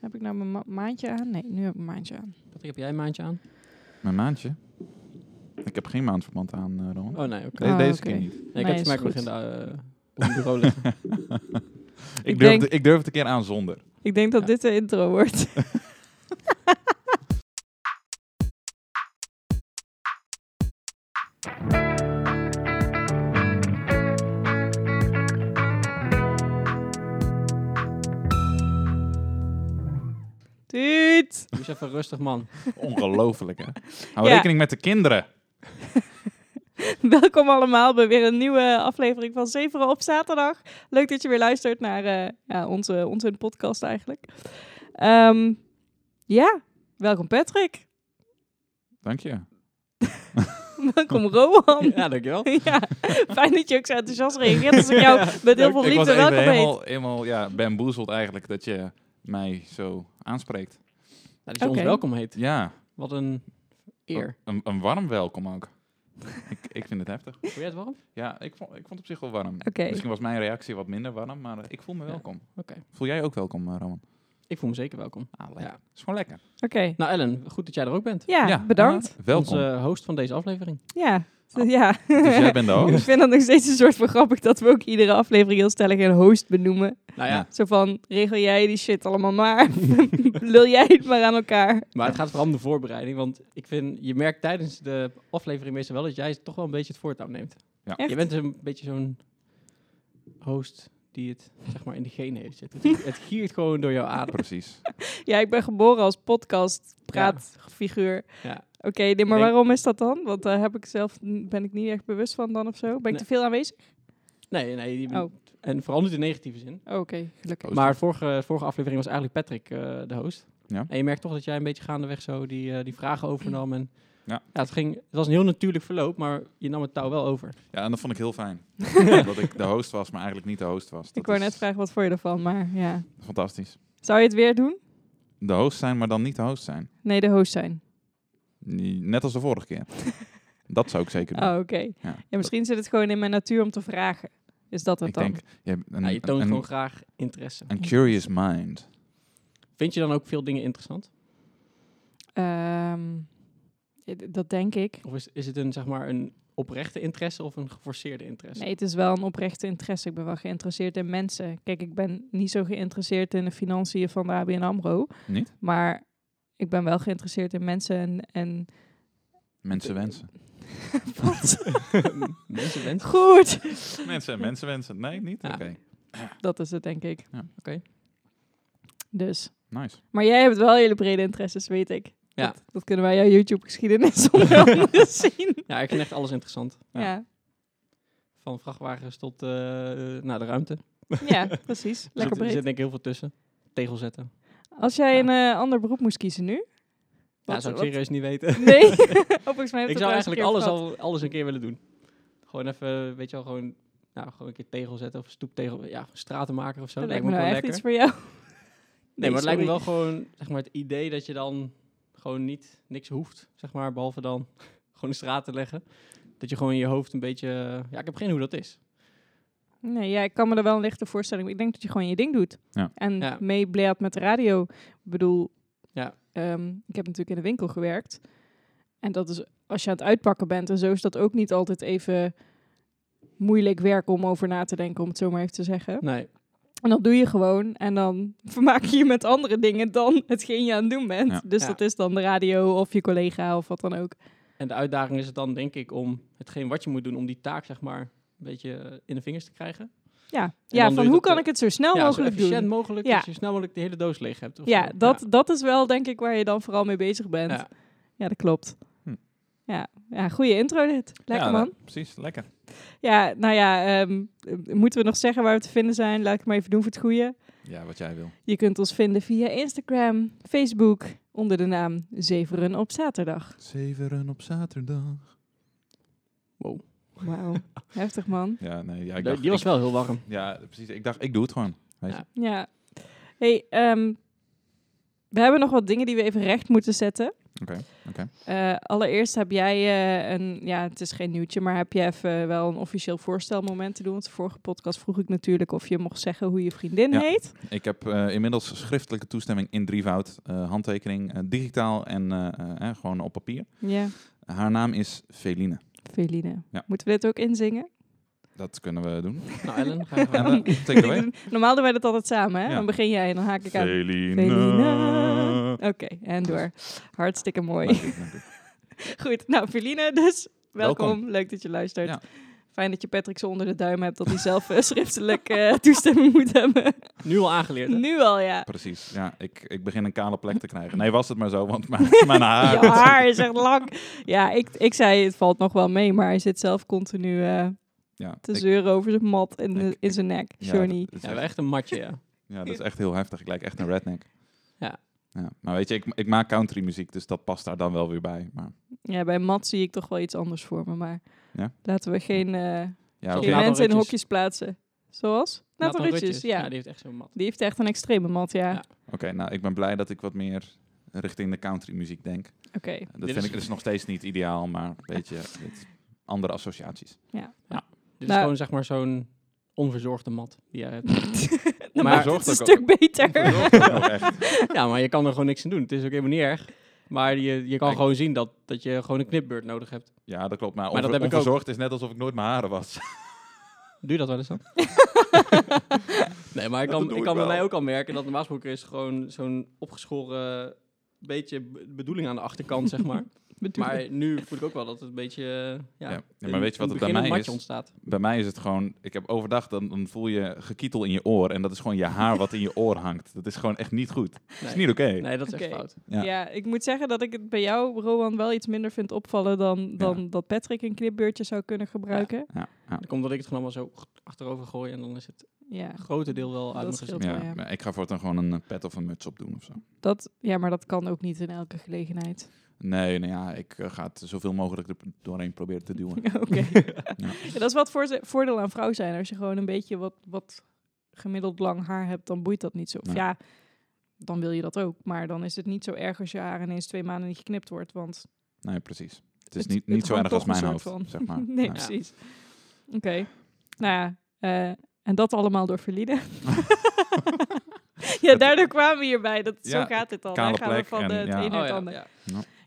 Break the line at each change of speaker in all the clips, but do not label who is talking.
Heb ik nou mijn ma- maandje aan? Nee, nu heb ik mijn maandje aan.
Patrick, heb jij een maandje aan?
Mijn maandje? Ik heb geen maandverband aan, eh Roman.
Oh nee, oké.
De-
Oh,
deze
oké.
keer niet.
Nee, ik
Nee,
heb het
is
maar nog
goed.
in de, eh, op mijn bureau liggen.
Ik
Ik
durf,
denk-
de- ik durf het een keer aan zonder.
Ik denk dat
Ja.
dit de intro wordt. Duut!
Doe eens even rustig, man.
Ongelooflijk, hè? Hou
Ja.
rekening met de kinderen.
Welkom allemaal bij weer een nieuwe aflevering van Zeveren op zaterdag. Leuk dat je weer luistert naar eh, ja, onze, onze podcast eigenlijk. Ehm, ja, welkom Patrick.
Dank je.
Welkom Rohan.
Ja, dankjewel.
ja, fijn dat je ook zo enthousiast reageert als ik jou met heel
Leuk,
veel
ik was
liefde
even
welkom heet.
helemaal, helemaal ja, bamboezeld eigenlijk dat je mij zo aanspreekt.
Ja, dat je ons
Oké.
welkom heet.
Ja,
Wat een eer.
een, een warm welkom ook. ik, ik vind het heftig.
Oh.
Vond jij het warm?
Ja, ik vond, ik vond het op zich wel warm.
Oké.
Misschien was mijn reactie wat minder warm, maar eh, ik voel me
Ja,
welkom.
oké.
Voel jij ook welkom, eh, Roman?
Ik voel me zeker welkom.
Ah,
lekker.
Ja. Is gewoon lekker.
Oké.
Nou, Ellen, goed dat jij er ook bent.
Ja,
Ja,
bedankt.
eh, welkom.
Onze host van deze aflevering.
Ja. Ja.
Dus jij bent de
ik
host.
vind dat nog steeds een soort van grappig dat we ook iedere aflevering heel stellig een host benoemen.
Nou ja,
Ja.
Zo van, regel jij die shit allemaal maar. Lul jij het maar aan elkaar.
maar het gaat vooral om de voorbereiding. Want ik vind, je merkt tijdens de aflevering meestal wel dat jij toch wel een beetje het voortouw neemt.
Echt?
Je bent een beetje zo'n host die het zeg maar in de genen heeft zitten. Het, het giert gewoon door jouw adem.
Precies.
Ja, ik ben geboren als podcast praatfiguur.
Ja.
Oké, nee, maar
Ik denk-
waarom is dat dan? Want daar heb ik zelf ben ik niet echt bewust van dan of zo. Ben ik te
Nee.
veel aanwezig?
Nee, nee. je bent-
Oh.
En vooral niet in negatieve zin.
Oh, Oké, gelukkig.
Maar vorige, vorige aflevering was eigenlijk Patrick eh, de host.
Ja.
En je merkt toch dat jij een beetje gaandeweg zo die, eh, die vragen overnam. En
Ja.
het, ging, het was een heel natuurlijk verloop, maar je nam het touw wel over.
Ja, en dat vond ik heel fijn. dat ik de host was, maar eigenlijk niet de host was. Dat
ik wou
is
net vragen wat voor je ervan, maar ja.
Fantastisch.
Zou je het weer doen?
De host zijn, maar dan niet de host zijn.
Nee, de host zijn.
Nie- Net als de vorige keer. dat zou ik zeker doen.
Oh, oké.
Ja.
Ja. misschien zit het gewoon in mijn natuur om te vragen. Is dat het
ik
dan?
denk, je, hebt een,
Ja, je toont
een-
gewoon graag interesse.
een curious mind.
Vind je dan ook veel dingen interessant?
Ehm, ja, d- dat denk ik.
Of is, is het een, zeg maar, een oprechte interesse of een geforceerde interesse?
Nee, het is wel een oprechte interesse. Ik ben wel geïnteresseerd in mensen. Kijk, ik ben niet zo geïnteresseerd in de financiën van de ABN AMRO.
Niet?
Maar ik ben wel geïnteresseerd in mensen en... en
Mensen wensen.
Wat?
Mensen wensen.
Goed!
mensen, mensen wensen. Nee, niet?
Ja.
Oké.
Dat is het, denk ik.
Ja.
Oké.
Dus.
Nice.
Maar jij hebt wel hele brede interesses, weet ik.
Ja.
Dat, dat kunnen wij jouw YouTube-geschiedenis onder andere zien.
Ja, ik vind echt alles interessant.
Ja.
Ja. Ja.
Van vrachtwagens tot eh, eh, naar de ruimte.
precies.
Er zit,
Lekker
er
breed.
zit denk ik heel veel tussen. Tegel zetten.
Als jij een eh, ander beroep moest kiezen nu?
Ja,
Wat-
zou ik
wat-
serieus niet weten.
Nee. Oh, volgens mij heb
Ik
het
zou
trouwens een
eigenlijk
keer
alles,
verteld.
al, alles een keer willen doen. Gewoon even, weet je wel, gewoon, nou, gewoon een keer tegel zetten of stoeptegel, ja, stratenmaker of zo.
Dat lijkt me nou
ook
echt
wel
iets voor jou.
Nee, maar het lijkt
sorry.
me wel gewoon, zeg maar, het idee dat je dan gewoon niet, niks hoeft, zeg maar, behalve dan gewoon de straat te leggen. Dat je gewoon in je hoofd een beetje, eh, ja, ik heb geen hoe dat is.
Nee, ja, ik kan me er wel een lichte voorstelling. Ik denk dat je gewoon je ding doet.
Ja.
En
Ja.
mee blijft met de radio. Ik bedoel,
Ja.
ehm, ik heb natuurlijk in de winkel gewerkt. En dat is, als je aan het uitpakken bent en zo, is dat ook niet altijd even moeilijk werk om over na te denken, om het zo maar even te zeggen.
Nee,
En dat doe je gewoon. En dan vermaak je je met andere dingen dan hetgeen je aan het doen bent.
Ja.
Dus
Ja.
dat is dan de radio of je collega of wat dan ook.
en de uitdaging is het dan, denk ik, om hetgeen wat je moet doen, om die taak, zeg maar, een beetje eh, in de vingers te krijgen.
Ja,
dan
ja
doe
van
je
hoe
dat,
kan
eh,
ik het zo snel
ja, zo
mogelijk
efficiënt
doen?
mogelijk,
Ja.
dat je zo snel mogelijk de hele doos leeg hebt. of
Ja,
zo.
dat, dat is wel denk ik waar je dan vooral mee bezig bent.
Ja.
Ja, dat klopt.
Hm.
Ja, ja, goede intro dit. Lekker
Ja,
man.
nou, precies, lekker.
Ja, nou ja, ehm, eh, moeten we nog zeggen waar we te vinden zijn? Laat ik het maar even doen voor het goede.
Ja, wat jij wil.
Je kunt ons vinden via Instagram, Facebook, onder de naam Zeveren op zaterdag.
Zeveren op zaterdag.
Wow.
Wauw, heftig man.
Ja, nee, ja, ik
Die-
dacht...
die was
ik-
wel heel warm.
ja, precies. Ik dacht, ik doe het gewoon.
Ja. hey, ehm, we hebben nog wat dingen die we even recht moeten zetten.
Oké, oké.
Eh, allereerst heb jij eh, een, ja, het is geen nieuwtje, maar heb je even wel een officieel voorstelmoment te doen? Want de vorige podcast vroeg ik natuurlijk of je mocht zeggen hoe je vriendin
Ja.
heet.
Ik heb eh, inmiddels schriftelijke toestemming in drievoud, eh, handtekening, eh, digitaal en eh, eh, eh, gewoon op papier.
Ja,
Haar naam is Feline.
Feline.
Ja.
Moeten we dit ook inzingen?
Dat kunnen we doen.
Nou, Ellen, ga je
En
gewoon.
eh, take it away.
Normaal doen wij dat altijd samen, hè?
Ja.
Dan begin jij en dan haak ik aan. Feline. Oké, en door. Hartstikke mooi.
Dank u, dank u.
Goed, nou Feline dus. Welkom.
Welkom.
leuk dat je luistert.
Ja.
Fijn dat je Patrick zo onder de duim hebt dat hij zelf eh, schriftelijk eh, toestemming moet hebben.
Nu al aangeleerd. hè?
Nu al, ja.
Precies. Ja, ik, ik begin een kale plek te krijgen. Nee, was het maar zo, want mijn, mijn haar...
Je haar is echt lang. Ja, ik, ik zei het valt nog wel mee, maar hij zit zelf continu eh,
Ja,
te
ik-
zeuren over zijn mat en de-
ik-
in zijn nek.
ja,
Johnny.
dat is
Ja,
echt-
wel echt een matje, ja.
Ja, dat is echt heel heftig. Ik lijk echt een redneck.
Ja.
ja. Maar weet je, ik, ik maak country muziek, dus dat past daar dan wel weer bij. Maar
Ja, bij mat zie ik toch wel iets anders voor me, maar
Ja?
laten we geen, eh,
ja,
Zoals
geen
Nathan
mensen in
Rutjes.
hokjes plaatsen. Zoals? Nathan, Rutjes, ja.
Die heeft echt zo'n mat.
Die heeft echt een extreme mat, ja.
Ja.
Oké, nou, ik ben blij dat ik wat meer richting de country muziek denk.
Oké.
Dat
Dit
vind
is-
ik dus nog steeds niet ideaal, maar weet je, dit- andere associaties.
Dit is
Nou.
gewoon zeg maar zo'n onverzorgde mat die jij hebt.
Dan
Maar
maakt
zorgt
het een
ook-
stuk beter.
Nog echt.
Ja, maar je kan er gewoon niks aan doen. Het is ook helemaal niet erg. Maar je, je kan
Kijk.
gewoon zien dat, dat je gewoon een knipbeurt nodig hebt.
Ja, dat klopt. Maar,
Maar dat
onver-
heb ik ook.
onverzorgd is net alsof ik nooit mijn haren was.
Doe je dat wel eens dan? nee, maar ik
Dat
kan,
doe
ik
ik
kan bij
wel.
mij ook al merken dat een wasbroeker is gewoon zo'n opgeschoren beetje be- bedoeling aan de achterkant, zeg maar. maar nu voel ik ook wel dat het een beetje, eh, ja,
Ja,
ja,
maar weet je wat het bij mij is?
ontstaat.
Bij mij is het gewoon, ik heb overdag, dan, dan voel je gekietel in je oor. En dat is gewoon je haar wat in je oor hangt. Dat is gewoon echt niet goed. Dat
Nee.
is niet oké.
Nee, dat is echt
Oké.
fout.
Ja.
Ja.
ik moet zeggen dat ik het bij jou, Rowan, wel iets minder vind opvallen dan, dan dat Patrick een knipbeurtje zou kunnen gebruiken.
Ja, ja.
Dat komt omdat ik het gewoon allemaal zo achterover gooi en dan is het
Ja,
grote deel wel uit
Dat
mijn
scheelt.
gezicht.
wel, ja.
Ja, maar ik ga voortaan gewoon een eh, pet of een muts op doen of zo.
dat, ja, maar dat kan ook niet in elke gelegenheid.
Nee, nou ja, ik eh, ga het zoveel mogelijk er doorheen proberen te duwen.
Oké. Ja, dat is wat voor, voordeel aan vrouw zijn. Als je gewoon een beetje wat, wat gemiddeld lang haar hebt, dan boeit dat niet zo. Of
Nee.
ja, dan wil je dat ook. Maar dan is het niet zo erg als je haar ineens twee maanden niet geknipt wordt. Want
Nee, precies. Het is
Het-
niet,
het
niet zo
hangt
erg als
toch
mijn
een
hoofd,
soort
zeg maar.
nee,
Ja.
precies. Oké. Nou ja, eh, en dat allemaal door verliezen. ja, daardoor kwamen we hierbij. Dat, zo
Ja,
gaat het al.
kale
Daar gaan we
plek
van
en
de, het
ja.
een
Oh
naar het
ja,
ander.
ja.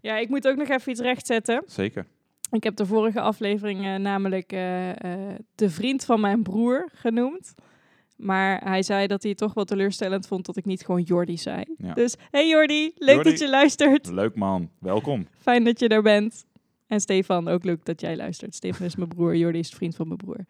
Ja, ik moet ook nog even iets rechtzetten.
Zeker.
Ik heb de vorige aflevering eh, namelijk eh, eh, de vriend van mijn broer genoemd. Maar hij zei dat hij het toch wel teleurstellend vond dat ik niet gewoon Jordi zei.
Ja.
Dus, hey Jordi, leuk
Jordi.
dat je luistert.
Leuk man, welkom.
Fijn dat je er bent. En Stefan, ook leuk dat jij luistert. Stefan is mijn broer, Jordi is de vriend van mijn broer.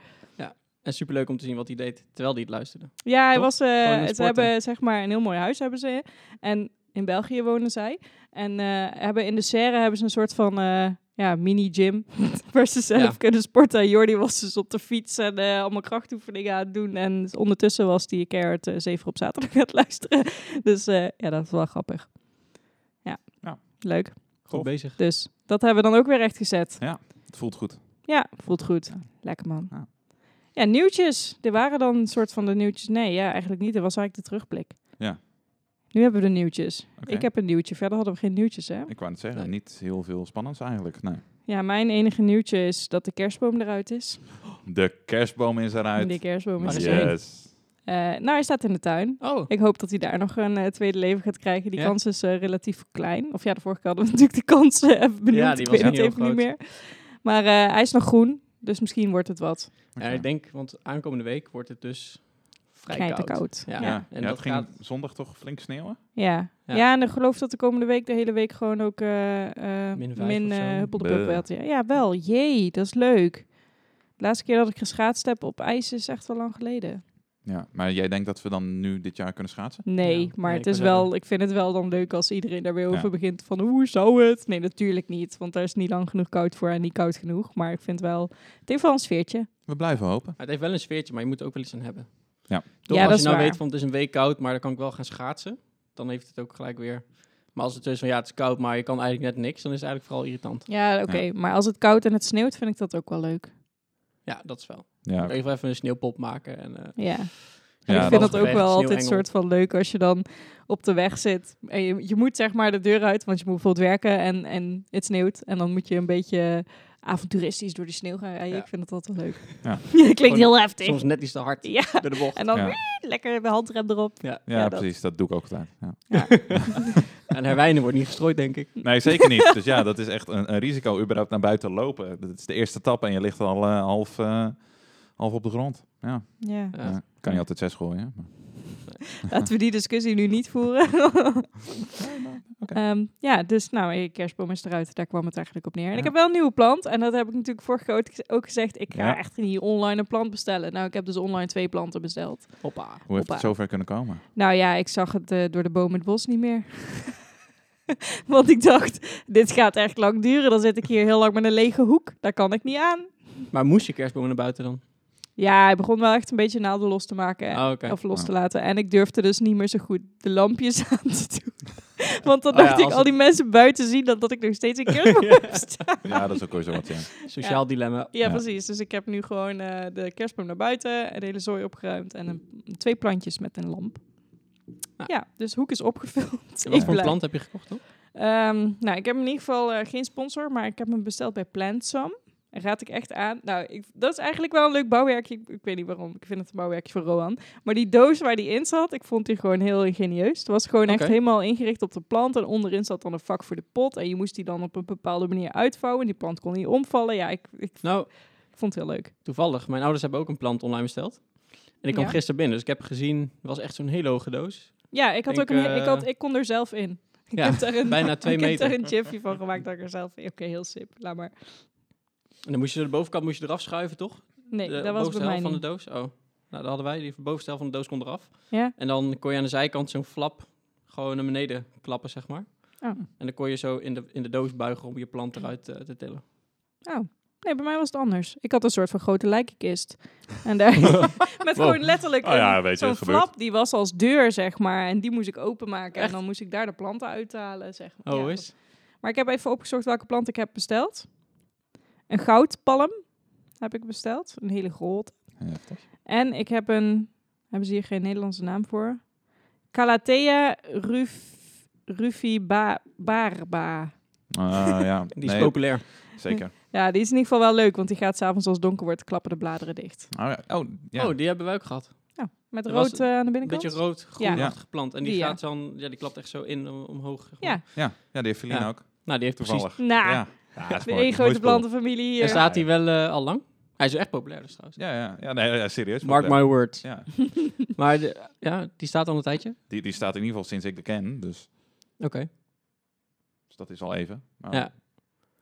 En superleuk om te zien wat hij deed terwijl hij het luisterde.
Ja, hij
Toch?
was, eh,
Gewoon een
ze
sporter.
hebben zeg maar een heel mooi huis hebben ze. En in België wonen zij. En eh, hebben in de serre hebben ze een soort van eh, ja, mini-gym waar ze zelf
Ja.
kunnen sporten. Jordi was dus op de fiets en eh, allemaal krachtoefeningen aan het doen. En dus ondertussen was die Carrot eh, zeven op zaterdag aan het luisteren. Dus eh, ja, dat is wel grappig. Ja,
Ja.
leuk.
Goed
Tof.
bezig.
Dus dat hebben we dan ook weer recht gezet.
Het voelt goed.
Ja, voelt goed. Lekker man.
Ja.
Ja, nieuwtjes. Er waren dan een soort van de nieuwtjes. Nee, ja, eigenlijk niet. Er was eigenlijk de terugblik.
Ja.
Nu hebben we de nieuwtjes.
Oké.
Ik heb een nieuwtje. Verder hadden we geen nieuwtjes, hè?
Ik wou het zeggen,
Nee.
niet heel veel spannends eigenlijk. Nee.
Ja, mijn enige nieuwtje is dat de kerstboom eruit is.
De kerstboom is eruit.
De kerstboom is
Waar is
eruit.
hij?
yes.
Eh, nou, hij staat in de tuin.
Oh,
Ik hoop dat hij daar nog een eh, tweede leven gaat krijgen. Die
Ja?
kans is eh, relatief klein. Of ja, de vorige keer hadden we natuurlijk de kans eh, even benoemd.
Ja, die
Ik
was
weet het
niet heel
even niet meer. Maar eh, hij is nog groen, dus misschien wordt het wat
Ja, ik denk, want aankomende week wordt het dus vrij koud.
knijterkoud.
Ja.
Ja, ja.
en
het
dat
ging
gaat-
zondag toch flink sneeuwen?
Ja.
Ja.
Ja. en ik geloof dat de komende week de hele week gewoon ook eh eh
Min
min,
vijf of
min
zo.
eh,
Bleh.
huppeldepup werd. Ja, ja, wel. Jee, dat is leuk. De laatste keer dat ik geschaatst heb op ijs is echt wel lang geleden.
Ja, maar jij denkt dat we dan nu dit jaar kunnen schaatsen?
Nee,
Ja,
maar
nee,
het
ik
is
wou
wel,
zeggen.
ik vind het wel dan leuk als iedereen daar weer
Ja.
over begint van hoe zou het? Nee, natuurlijk niet, want daar is niet lang genoeg koud voor en niet koud genoeg. Maar ik vind wel, het heeft wel een sfeertje.
We blijven hopen.
Maar het heeft wel een sfeertje, maar je moet er ook wel iets aan hebben.
Ja.
Toch,
Ja, dat
als je
is
nou
waar.
weet van het is een week koud, maar dan kan ik wel gaan schaatsen. Dan heeft het ook gelijk weer... Maar als het dus van ja, het is koud, maar je kan eigenlijk net niks, dan is het eigenlijk vooral irritant.
Ja, oké.
Ja.
Maar als het koud en het sneeuwt, vind ik dat ook wel leuk.
Ja, dat is wel.
Ja,
Even even een sneeuwpop maken en eh,
Ja. En
Ja,
ik
dat
vind
is
dat ook
echt
wel
heel
altijd
engel.
soort van leuk als je dan op de weg zit. En je, je moet zeg maar de deur uit, want je moet bijvoorbeeld werken en, en het sneeuwt. En dan moet je een beetje avonturistisch door de sneeuw gaan rijden.
Ja.
Ik vind dat altijd wel leuk.
Ja.
Klinkt heel heftig.
Soms net iets te hard
Ja.
door de bocht.
En dan
Ja.
wii, lekker de handrem erop.
Ja.
Ja,
Ja, dat-
precies. Dat doe ik ook altijd. Ja.
En herwijnen wordt niet gestrooid, denk ik.
Nee, zeker niet. Dus ja, dat is echt een, een risico überhaupt naar buiten lopen. Dat is de eerste tap en je ligt al eh, half, eh, half op de grond. Ja,
Ja.
Ja.
ja. kan je altijd zes gooien. hè, maar-
Laten we die discussie nu niet voeren. Ehm, ja, dus nou, je kerstboom is eruit. Daar kwam het eigenlijk op neer. En
Ja.
ik heb wel een nieuwe plant. En dat heb ik natuurlijk vorige keer ook- ook gezegd. Ik ga
Ja.
echt niet online een plant bestellen. Nou, ik heb dus online twee planten besteld.
Hoppa.
Hoe heeft het
Hoppa.
zover kunnen komen?
Nou ja, ik zag het eh, door de boom het bos niet meer. Want ik dacht, dit gaat echt lang duren. Dan zit ik hier heel lang met een lege hoek. Daar kan ik niet aan.
Maar moest je kerstboom naar buiten dan?
Ja, hij begon wel echt een beetje naalden los te maken.
Ah, oké.
Of los
Ah.
te laten. En ik durfde dus niet meer zo goed de lampjes aan te doen. Want dan
Oh ja,
dacht ik,
als
al
het-
die mensen buiten zien dat, dat ik nog steeds een kerstboom heb staan.
Ja, dat is ook weer zo wat. Ja.
Sociaal dilemma.
Ja,
Ja.
precies. Dus ik heb nu gewoon eh, de kerstboom naar buiten, de hele zooi opgeruimd en een, twee plantjes met een lamp.
Ah.
Ja, dus hoek is opgevuld.
En wat
Ik
voor
blij.
plant heb je gekocht dan?
Ehm, nou, ik heb hem in ieder geval eh, geen sponsor, maar ik heb hem besteld bij Plantsum. En raad ik echt aan. Nou, ik, dat is eigenlijk wel een leuk bouwwerkje. Ik, ik weet niet waarom. Ik vind het een bouwwerkje voor Roan. Maar die doos waar die in zat, ik vond die gewoon heel ingenieus. Het was gewoon echt
Oké.
helemaal ingericht op de plant. En onderin zat dan een vak voor de pot. En je moest die dan op een bepaalde manier uitvouwen. Die plant kon niet omvallen. Ja, ik, ik
Nou,
vond het heel leuk.
toevallig. Mijn ouders hebben ook een plant online besteld. En ik kwam
Ja.
gisteren binnen, dus ik heb gezien, het was echt zo'n hele hoge doos.
Ja, ik, had
Denk,
ook een, he-
eh,
ik, had, ik kon er zelf in. Ik
Ja,
heb daar een,
bijna twee
ik
meter.
heb daar een chipje van gemaakt dat ik er zelf in. Oké, heel sip. Laat maar.
En dan moest je de bovenkant moest je eraf schuiven, toch?
Nee,
de
dat was
bovenste
bij mij
helft van de
niet.
doos. Oh, nou, dat hadden wij. Die bovenste helft van de doos kon eraf.
Ja?
En dan kon je aan de zijkant zo'n flap gewoon naar beneden klappen, zeg maar.
Oh.
En dan kon je zo in de, in de doos buigen om je plant eruit eh, te tillen.
Nee, bij mij was het anders. Ik had een soort van grote lijkenkist. En daar met
Wow.
gewoon letterlijk
Oh ja,
een-
weet je,
zo'n
het gebeurt.
flap, die was als deur, zeg maar. En die moest ik openmaken.
Echt?
En dan moest ik daar de planten uithalen, zeg maar.
Oh,
Ja,
is?
dat- Maar ik heb even opgezocht welke plant ik heb besteld. Een goudpalm heb ik besteld. Een hele grote.
Heftig.
En ik heb een... Hebben ze hier geen Nederlandse naam voor? Calathea ruf, rufibarba.
Ah, ja.
Die is
Nee,
populair.
Zeker.
Ja, die is in ieder geval wel leuk, want die gaat s'avonds als het donker wordt klappen de bladeren dicht.
Oh, ja. oh, ja.
Oh, die hebben wij ook gehad.
Met
Er was
rood eh, aan de
Een
binnenkant?
beetje rood, groenachtig plant. En die,
Die, ja.
gaat dan, ja, die klapt echt zo in om- omhoog. zeg maar.
Ja.
ja. ja, die heeft Feline
Ja.
ook.
Nou, die heeft toevallig.
Toevallig.
Nou,
Ja. Ja, dat is
de
mooi.
één
Mooi
grote
spul.
plantenfamilie
En
hier.
staat hij wel eh, al lang? Hij is echt populair dus trouwens.
Ja, ja. ja, nee, ja, serieus.
Mark my words.
Ja.
Maar de- ja, die staat al een tijdje.
Die, die staat in ieder geval sinds ik de ken, dus,
Oké.
dus dat is al even. Maar,
Ja.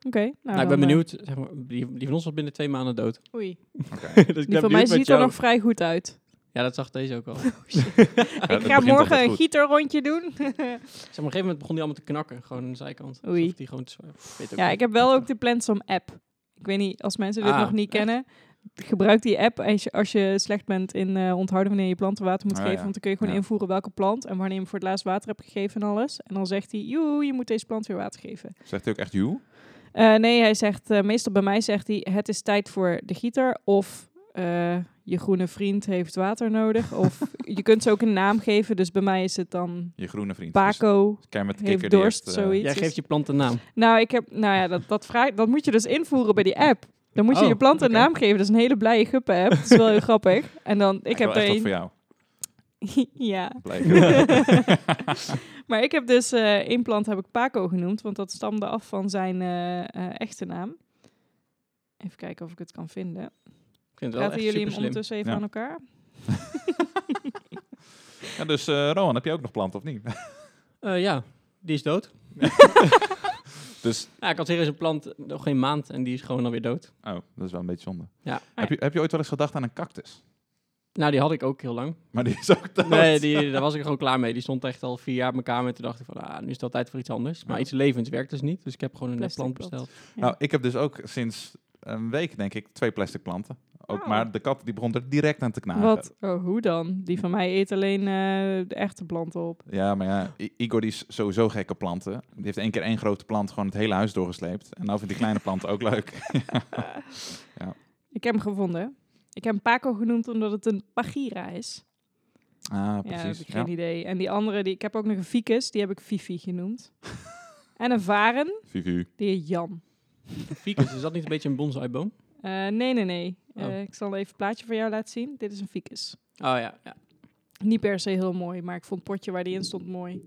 Oké. nou,
Nou, ik ben
dan, eh,
benieuwd. Zeg maar, die, die van ons was binnen twee maanden dood.
Oei.
oké.
dus ik
Die van mij
ben benieuwd wat
ziet er
jou-
nog vrij goed uit.
Ja, dat zag deze ook al.
ik
het
ga
begint
morgen
altijd
een
goed.
gieterrondje doen.
Zeg, maar, op een gegeven moment begon die allemaal te knakken. Gewoon aan de zijkant.
Oei.
Alsof die gewoon te zwaar. Weet ook
ja,
niet.
ik heb wel ook de Plantsum app. Ik weet niet, als mensen dit
Ah,
nog niet
echt?
kennen, gebruik die app als je, als je slecht bent in eh, onthouden wanneer je planten water moet
Ah,
geven.
ja.
Want dan kun je gewoon
Ja.
invoeren welke plant en wanneer je hem voor het laatst water hebt gegeven en alles. En dan zegt hij, joe, je moet deze plant weer water geven.
Zegt hij ook echt you?
Eh, nee, hij zegt, eh, meestal bij mij zegt hij, het is tijd voor de gieter. Of eh, je groene vriend heeft water nodig. Of je kunt ze ook een naam geven. Dus bij mij is het dan
Je groene vriend. Dus
Paco.
Kermit de
heeft
Kikker, die
dorst,
heeft, eh,
zoiets.
Jij
is-
geeft je plant een naam.
Nou, ik heb, nou ja, dat, dat, vraag, dat moet je dus invoeren bij die app. Dan moet je
Oh,
je plant een
oké.
naam geven. Dat is een hele blije guppe app. Dat is wel heel grappig. En dan, ik
wil
heb
echt
er
wat voor
een...
jou.
ja.
Blijkbaar.
Maar ik heb dus eh één plant heb ik Paco genoemd, want dat stamde af van zijn eh, eh, echte naam. Even kijken of ik het kan vinden.
Ik vind het wel
Laten
echt
jullie hem
super
ondertussen
slim.
even
Ja.
aan elkaar?
ja, dus eh Rowan, heb je ook nog plant of niet?
Eh, ja, die is dood.
dus,
Ja, ik had serieus een plant, eh, nog geen maand, en die is gewoon alweer dood.
oh, dat is wel een beetje zonde.
Ja.
Heb, je, heb je ooit wel eens gedacht aan een cactus?
Nou, die had ik ook heel lang.
Maar die is ook dood.
Nee, die, daar was ik gewoon klaar mee. Die stond echt al vier jaar op mijn kamer. En toen dacht ik van, ah, nu is het wel tijd voor iets anders. Maar
Ja.
iets levends werkt dus niet. Dus ik heb gewoon een net
Plastic
plant
plant.
besteld.
Nou, ik heb dus ook sinds een week, denk ik, twee plastic planten. Ook,
Oh.
Maar de kat die begon er direct aan te knagen.
Wat? Oh, hoe dan? Die van mij eet alleen eh, de echte planten op.
Ja, maar ja, I- Igor die is sowieso gekke planten. Die heeft één keer één grote plant gewoon het hele huis doorgesleept. En nou vindt die kleine planten ook leuk.
Ik heb hem gevonden. Ik heb hem Paco genoemd omdat het een pagira is.
Ah,
Ja, heb
precies.
ik
Ja,
geen idee. En die andere, die, ik heb ook nog een ficus, die heb ik Fifi genoemd. en een varen,
Fifi.
die heet Jan.
Ficus, is dat niet een beetje een bonsaiboom?
Eh, nee, nee, nee. Eh,
Oh.
ik zal even een plaatje voor jou laten zien. Dit is een ficus.
Oh ja, ja.
Niet per se heel mooi, maar ik vond het potje waar die in stond mooi.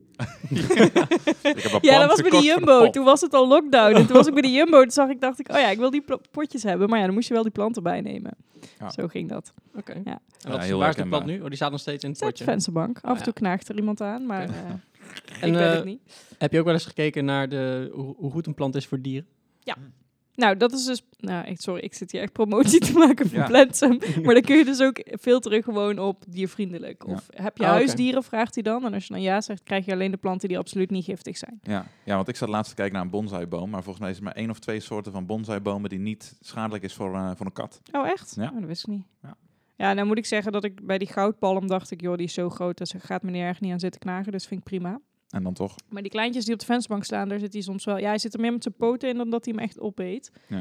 Ik heb een
Ja, dat was
plant
bij
gekocht
de
voor
Jumbo.
pop.
Toen was het al lockdown. En toen was ik bij de Jumbo. Toen zag ik, dacht ik, oh ja, ik wil die pl- potjes hebben. Maar ja, dan moest je wel die planten bijnemen.
Ja.
Zo ging dat.
oké.
Ja.
En wat is,
heel
waar is de
herkenbaar.
plant nu? Oh, die staat nog steeds in het
Zet op de
potje.
vensterbank. Af en
ja.
toe knaagt er iemand aan, maar eh, ik
En
weet
eh,
het niet.
heb je ook wel eens gekeken naar de, hoe, hoe goed een plant is voor dieren?
Nou, dat is dus. Nou, echt, sorry, ik zit hier echt promotie te maken voor
Ja.
Plensum. Maar dan kun je dus ook filteren gewoon op diervriendelijk.
Ja.
Of heb je
Ah, oké.
huisdieren, vraagt hij dan. En als je dan ja zegt, krijg je alleen de planten die absoluut niet giftig zijn.
Ja. ja, want ik zat laatst te kijken naar een bonsaiboom. Maar volgens mij is er maar één of twee soorten van bonsaibomen die niet schadelijk is voor, eh, voor een kat.
Oh, echt?
Ja.
Oh, dat wist ik niet.
Ja.
Ja. nou moet ik zeggen dat ik bij die goudpalm dacht ik, joh, die is zo groot, dat ze gaat meneer erg niet aan zitten knagen, dus vind ik prima.
En dan toch?
Maar die kleintjes die op de vensterbank staan, daar zit hij soms wel. Ja, hij zit er meer met zijn poten in dan dat hij hem echt opeet.
Oh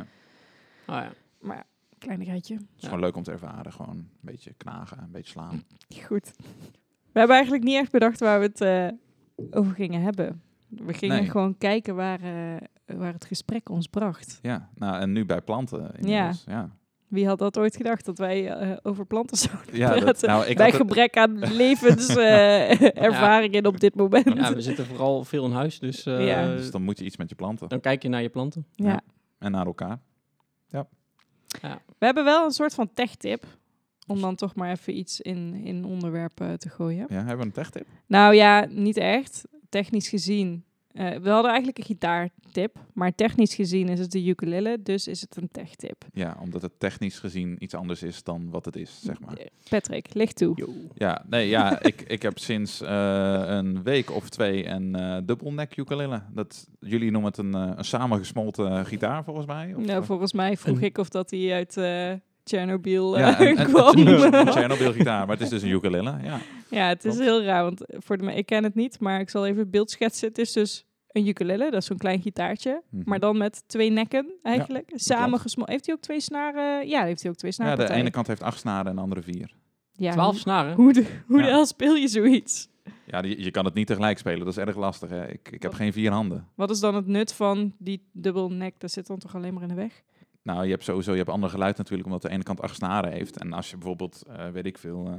ja.
Kleinigheidje.
Het is gewoon leuk om te ervaren. Gewoon een beetje knagen, een beetje slaan.
Goed. We hebben eigenlijk niet echt bedacht waar we het eh, over gingen hebben. We gingen
Nee.
gewoon kijken waar, eh, waar het gesprek ons bracht.
Ja, nou en nu bij planten. inmiddels. Ja,
Wie had dat ooit gedacht, dat wij eh, over planten zouden
ja. dat,
praten?
nou, ik
bij
had het-
gebrek aan levenservaringen op dit moment.
ja, we zitten vooral veel in huis, dus, eh,
Ja.
Dus dan moet je iets met je planten.
dan kijk je naar je planten.
Ja.
En naar elkaar.
We hebben wel een soort van tech-tip. Om dan toch maar even iets in, in onderwerpen te gooien.
Ja, hebben we een techtip?
Nou ja, niet echt. Technisch gezien. eh, we hadden eigenlijk een gitaartip. Maar technisch gezien is het de ukulele. Dus is het een tech-tip.
Ja, omdat het technisch gezien iets anders is dan wat het is, zeg maar.
Patrick, leg toe.
Ja, nee, ja, ik, ik heb sinds eh, een week of twee een eh dubbelneck ukulele. Dat, jullie noemen het een, eh, een samengesmolten eh, gitaar, volgens mij. Of, eh?
Nou, volgens mij vroeg
Een-
ik of dat hij uit eh Tsjernobyl
ja,
eh,
en, en,
kwam.
het is dus een Chernobyl gitaar, maar het is dus een ukulele, ja.
ja, het is
Klopt.
heel raar. Want voor de, me- ik ken het niet, maar ik zal even het beeld schetsen. Het is dus een ukulele, dat is zo'n klein gitaartje.
Mhm.
Maar dan met twee nekken eigenlijk. Samengesmolten. Heeft hij ook twee snaren? Ja, heeft hij ook twee
ja,
snaren.
de ene kant heeft acht snaren en de andere vier.
Ja,
Twaalf
hoe-
snaren.
Hoe, de, hoe de
Ja.
hel speel je zoiets?
Ja, die, je kan het niet tegelijk spelen, dat is erg lastig. Hè. Ik, ik heb
Wat-
geen vier handen.
Wat is dan het nut van die dubbel nek? Dat zit dan toch alleen maar in de weg?
Nou, je hebt sowieso je hebt ander geluid natuurlijk, omdat de ene kant acht snaren heeft. En als je bijvoorbeeld, eh, weet ik veel, eh,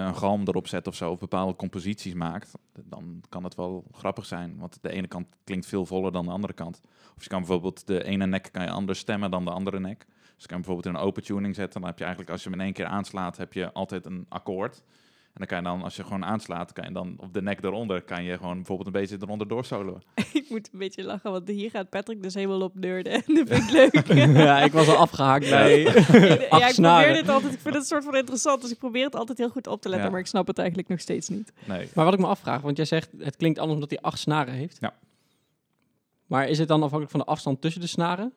eh, een galm erop zet of zo, of bepaalde composities maakt, dan kan het wel grappig zijn. Want de ene kant klinkt veel voller dan de andere kant. Of je kan bijvoorbeeld de ene nek kan je anders stemmen dan de andere nek. Dus je kan bijvoorbeeld in een open tuning zetten, dan heb je eigenlijk als je hem in één keer aanslaat, heb je altijd een akkoord. En dan kan je dan, als je gewoon aanslaat, kan je dan op de nek eronder, kan je gewoon bijvoorbeeld een beetje eronder doorsoloen.
ik moet een beetje lachen, want hier gaat Patrick dus helemaal op nerden. En dat vind ik leuk.
ja, ik was al afgehaakt bij acht
ja, ik probeer
snaren.
dit altijd. Ik vind het een soort van interessant, dus ik probeer het altijd heel goed op te letten.
Ja.
Maar ik snap het eigenlijk nog steeds niet.
Nee,
Maar wat ik me afvraag, want jij zegt het klinkt anders omdat hij acht snaren heeft.
Ja.
Maar is het dan afhankelijk van de afstand tussen de snaren?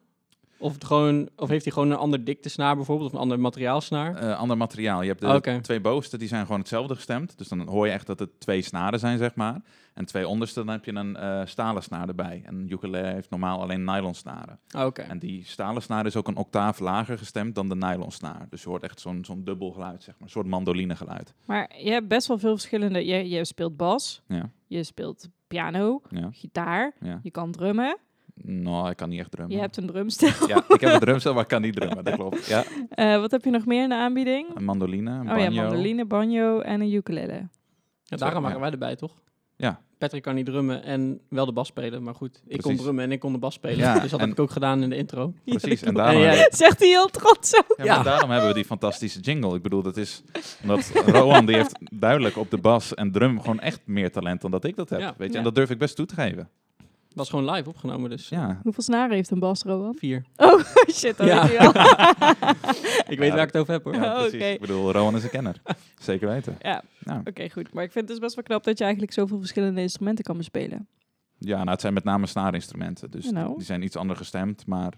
Of, het gewoon, of heeft hij gewoon een ander dikte snaar bijvoorbeeld, of een ander materiaalsnaar?
Eh, ander materiaal. Je hebt de
Oké.
twee bovenste, die zijn gewoon hetzelfde gestemd. Dus dan hoor je echt dat het twee snaren zijn, zeg maar. En twee onderste, dan heb je een eh, stalen snaar erbij. En een ukulele heeft normaal alleen nylon snaren.
Ah, Oké.
En die stalen snaar is ook een octaaf lager gestemd dan de nylon snaar. Dus je hoort echt zo'n zo'n dubbel geluid, zeg maar. Een soort mandoline geluid.
Maar je hebt best wel veel verschillende. Je, je speelt bas,
Ja,
je speelt piano,
ja,
gitaar,
ja.
je kan drummen,
Nou, ik kan niet echt drummen.
je hebt een drumstel.
Ja, ik heb een drumstel, maar ik kan niet drummen, dat klopt. Ja,
Eh, wat heb je nog meer in de aanbieding?
een mandoline, een
Oh ja,
banjo.
mandoline, banjo en een ukulele.
Ja, daarom
Zo,
waren
ja.
wij erbij, toch?
Ja.
Patrick kan niet drummen en wel de bas spelen. Maar goed, ik kon
Precies.
drummen en ik kon de bas spelen.
Ja,
dus dat
en-
heb ik ook gedaan in de intro.
Precies, en
klopt.
daarom,
En jij-
hebben-
Zegt hij heel trots ook.
Ja, maar
Ja.
daarom hebben we die fantastische jingle. Ik bedoel, dat is omdat Rowan die heeft duidelijk op de bas en drum gewoon echt meer talent dan dat ik dat heb.
Ja.
Weet je,
Ja.
en dat durf ik best toe te geven.
Dat was gewoon live opgenomen, dus
Ja.
Hoeveel snaren heeft een bas, Rowan?
vier.
Oh, shit, dat
Ja.
weet je wel.
Ik weet
Ja,
waar ik het over heb, hoor.
Ja.
Ja, precies.
oké.
Ik bedoel, Rowan is een kenner. Zeker weten.
ja,
Nou,
oké, goed. Maar ik vind het dus best wel knap dat je eigenlijk zoveel verschillende instrumenten kan bespelen.
ja, nou, het zijn met name snaarinstrumenten. Dus
Nou.
die zijn iets anders gestemd, maar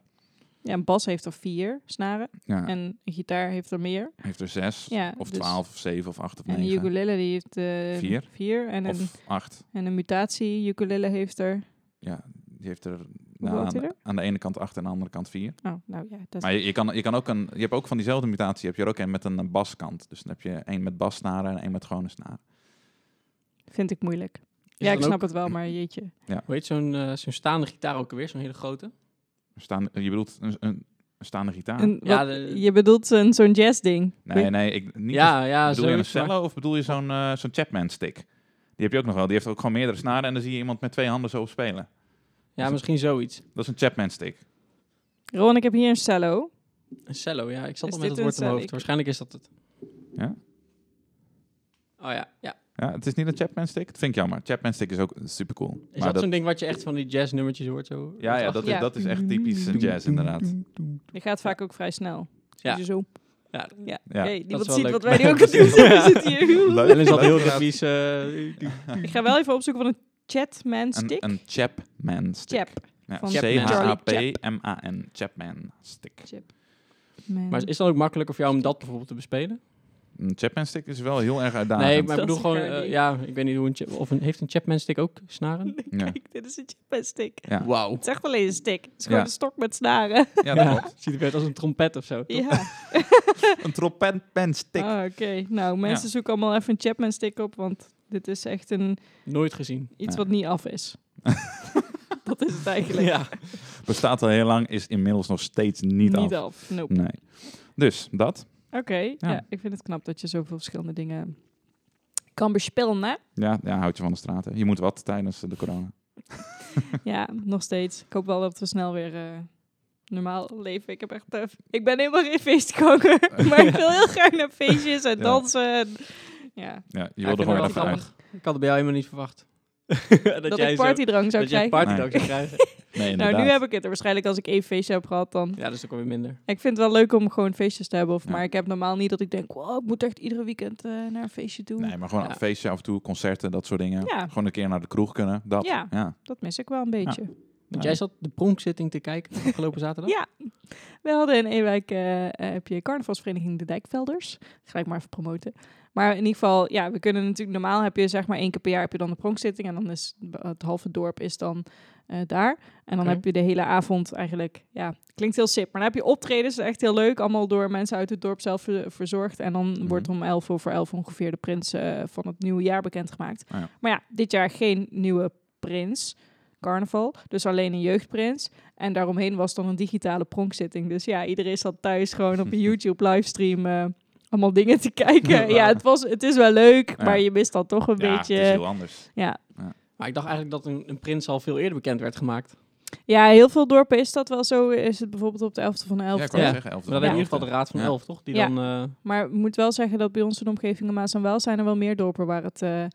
Ja, een bas heeft er vier snaren
ja,
en een gitaar heeft er meer.
heeft er zes
Ja,
of
dus-
twaalf of zeven of acht of
En een
negen.
ukulele die heeft eh,
Vier.
vier en, een,
Of acht.
en een mutatie ukulele heeft er...
Ja, die heeft er
Hoeveel
Nou,
had hij
aan,
er?
aan de ene kant acht en aan de andere kant vier.
Oh, nou ja, dat is...
Maar je, je kan, je kan ook een, je hebt ook van diezelfde mutatie, heb je er ook een met een eh, baskant. Dus dan heb je één met bassnaren en één met gewone snaren.
vind ik moeilijk.
Is
ja,
dan
ik snap
ook-
het wel, maar jeetje.
Hoe heet zo'n eh, zo'n staande gitaar ook alweer? Zo'n hele grote?
Er Staan, je bedoelt een, een, een staande gitaar?
En
Ja,
wat-
de-
Je bedoelt een- zo'n jazz-ding.
nee, nee, ik, niet een-
ja, ja,
bedoel je een
zoiets, maar-
cello of bedoel je zo'n eh, zo'n Chapman-stick? Die heb je ook nog wel. Die heeft ook gewoon meerdere snaren en dan zie je iemand met twee handen zo op spelen.
Ja, misschien zoiets.
Dat is een Chapman-stick.
Ron, ik heb hier een cello.
Een cello, ja. Ik zat
Is
al
dit
met het
een
woord in mijn
cello?
hoofd.
Ik-
Waarschijnlijk is dat het.
Ja?
Oh ja, ja.
Ja, het is niet een Chapman-stick. Dat vind ik jammer. Chapman-stick is ook super cool.
Is dat, zo'n ding wat je echt van die jazznummertjes hoort? Zo,
ja, ja, dat,
achtergrond?
is,
Ja.
dat is echt typisch een jazz, inderdaad.
Die gaat vaak ook vrij snel.
Ja.
Ja. Zo.
Ja.
Ja.
Ja.
Hey,
Dat
niemand
is wel
ziet
leuk.
wat wij nu ook doen. We zitten hier.
Leuk.
En is dat heel
Leuk.
grafisch. eh,
Ik ga wel even opzoeken wat een Chatman-stick.
Een, een Chapman-stick.
Chap.
Ja,
Van
Chapman.
C-H-A-P-M-A-N. Chapman-stick.
maar is het dan ook makkelijker voor jou om dat bijvoorbeeld te bespelen?
Een Chapman-stick is wel heel erg uitdagend.
nee, maar ik
Dat
bedoel
is
gewoon...
een raar
eh,
ding.
ja, ik weet niet hoe een... Chap- Of een, heeft een Chapman-stick ook snaren?
Ja.
Kijk, dit is een Chapman-stick.
Ja.
Wauw.
Het is echt alleen een stick. Het is gewoon
Ja.
een stok met snaren.
Ja, dat
Ja,
klopt.
ziet eruit als een trompet of zo.
ja.
Een trompetpenstick.
Ah, Oké, nou mensen zoeken allemaal even een Chapman-stick op, want dit is echt een,
Nooit gezien.
iets
Ja.
wat niet af is. dat is het eigenlijk.
Ja.
Bestaat al heel lang, is inmiddels nog steeds niet, af.
niet af. Nope.
Nee. Dus, dat.
Oké, ja. ik vind het knap dat je zoveel verschillende dingen kan bespelen, hè?
Ja, ja, houd je van de straten. Je moet wat tijdens eh, de corona.
Ja, nog steeds. Ik hoop wel dat we snel weer eh, normaal leven. Ik heb echt... eh, ik ben helemaal geen feestkoker, maar ik wil heel graag naar feestjes en
Ja.
dansen. en- ja,
Ja, je
Ja,
wilde
ik vind
gewoon weer
het
even
wel
uit.
Ik had het bij jou helemaal niet verwacht. dat,
dat,
jij
ik
zo-
partydrang zou
dat
krijgen.
jij party
Nee.
ook zou krijgen.
Nee,
nou,
inderdaad.
nu heb ik het er. Waarschijnlijk als ik één feestje heb gehad, dan
Ja, dat is ook alweer minder.
Ik vind het wel leuk om gewoon feestjes te hebben. Of,
Ja.
Maar ik heb normaal niet dat ik denk, wow, ik moet echt iedere weekend eh, naar een feestje doen.
Nee, maar gewoon
Ja.
een feestje af en toe, concerten, dat soort dingen.
Ja.
Gewoon een keer naar de kroeg kunnen. Dat.
Ja.
ja.
Dat mis ik wel een beetje.
Want jij zat de pronkzitting te kijken afgelopen zaterdag?
Ja. We hadden in Ewijk eh, eh, heb je carnavalsvereniging De Dijkvelders. Gelijk maar even promoten. Maar in ieder geval, ja, we kunnen natuurlijk... Normaal heb je zeg maar één keer per jaar heb je dan de pronkzitting. En dan is het halve dorp is dan eh, daar. En dan
Oké.
heb je de hele avond eigenlijk... Ja, klinkt heel sip. Maar dan heb je optredens. Dat is echt heel leuk. Allemaal door mensen uit het dorp zelf ver- verzorgd. En dan
Mhm.
wordt om elf over elf ongeveer de prins eh, van het nieuwe jaar bekendgemaakt.
Ah, ja.
Maar ja, dit jaar geen nieuwe prins. Carnaval. Dus alleen een jeugdprins. En daaromheen was dan een digitale pronkzitting. Dus ja, iedereen zat thuis gewoon op een YouTube livestream eh, allemaal dingen te kijken. Ja, het, was, het is wel leuk,
Ja.
maar je mist dan toch een
Ja, het is
beetje.
heel anders.
Ja.
Maar ik dacht eigenlijk dat een, een prins al veel eerder bekend werd gemaakt. Maar
ja, heel veel dorpen is dat wel zo. Is het bijvoorbeeld op de 11e van de 11e.
Ja, ik wou
Ja.
zeggen, elfde
dan
van
heb je in ieder geval de
elfde.
Raad van
Ja.
Elf, toch? Die
Ja.
dan... eh,
Maar ik moet wel zeggen dat bij ons in de omgeving in Maas en Waal zijn er wel meer dorpen waar het eh,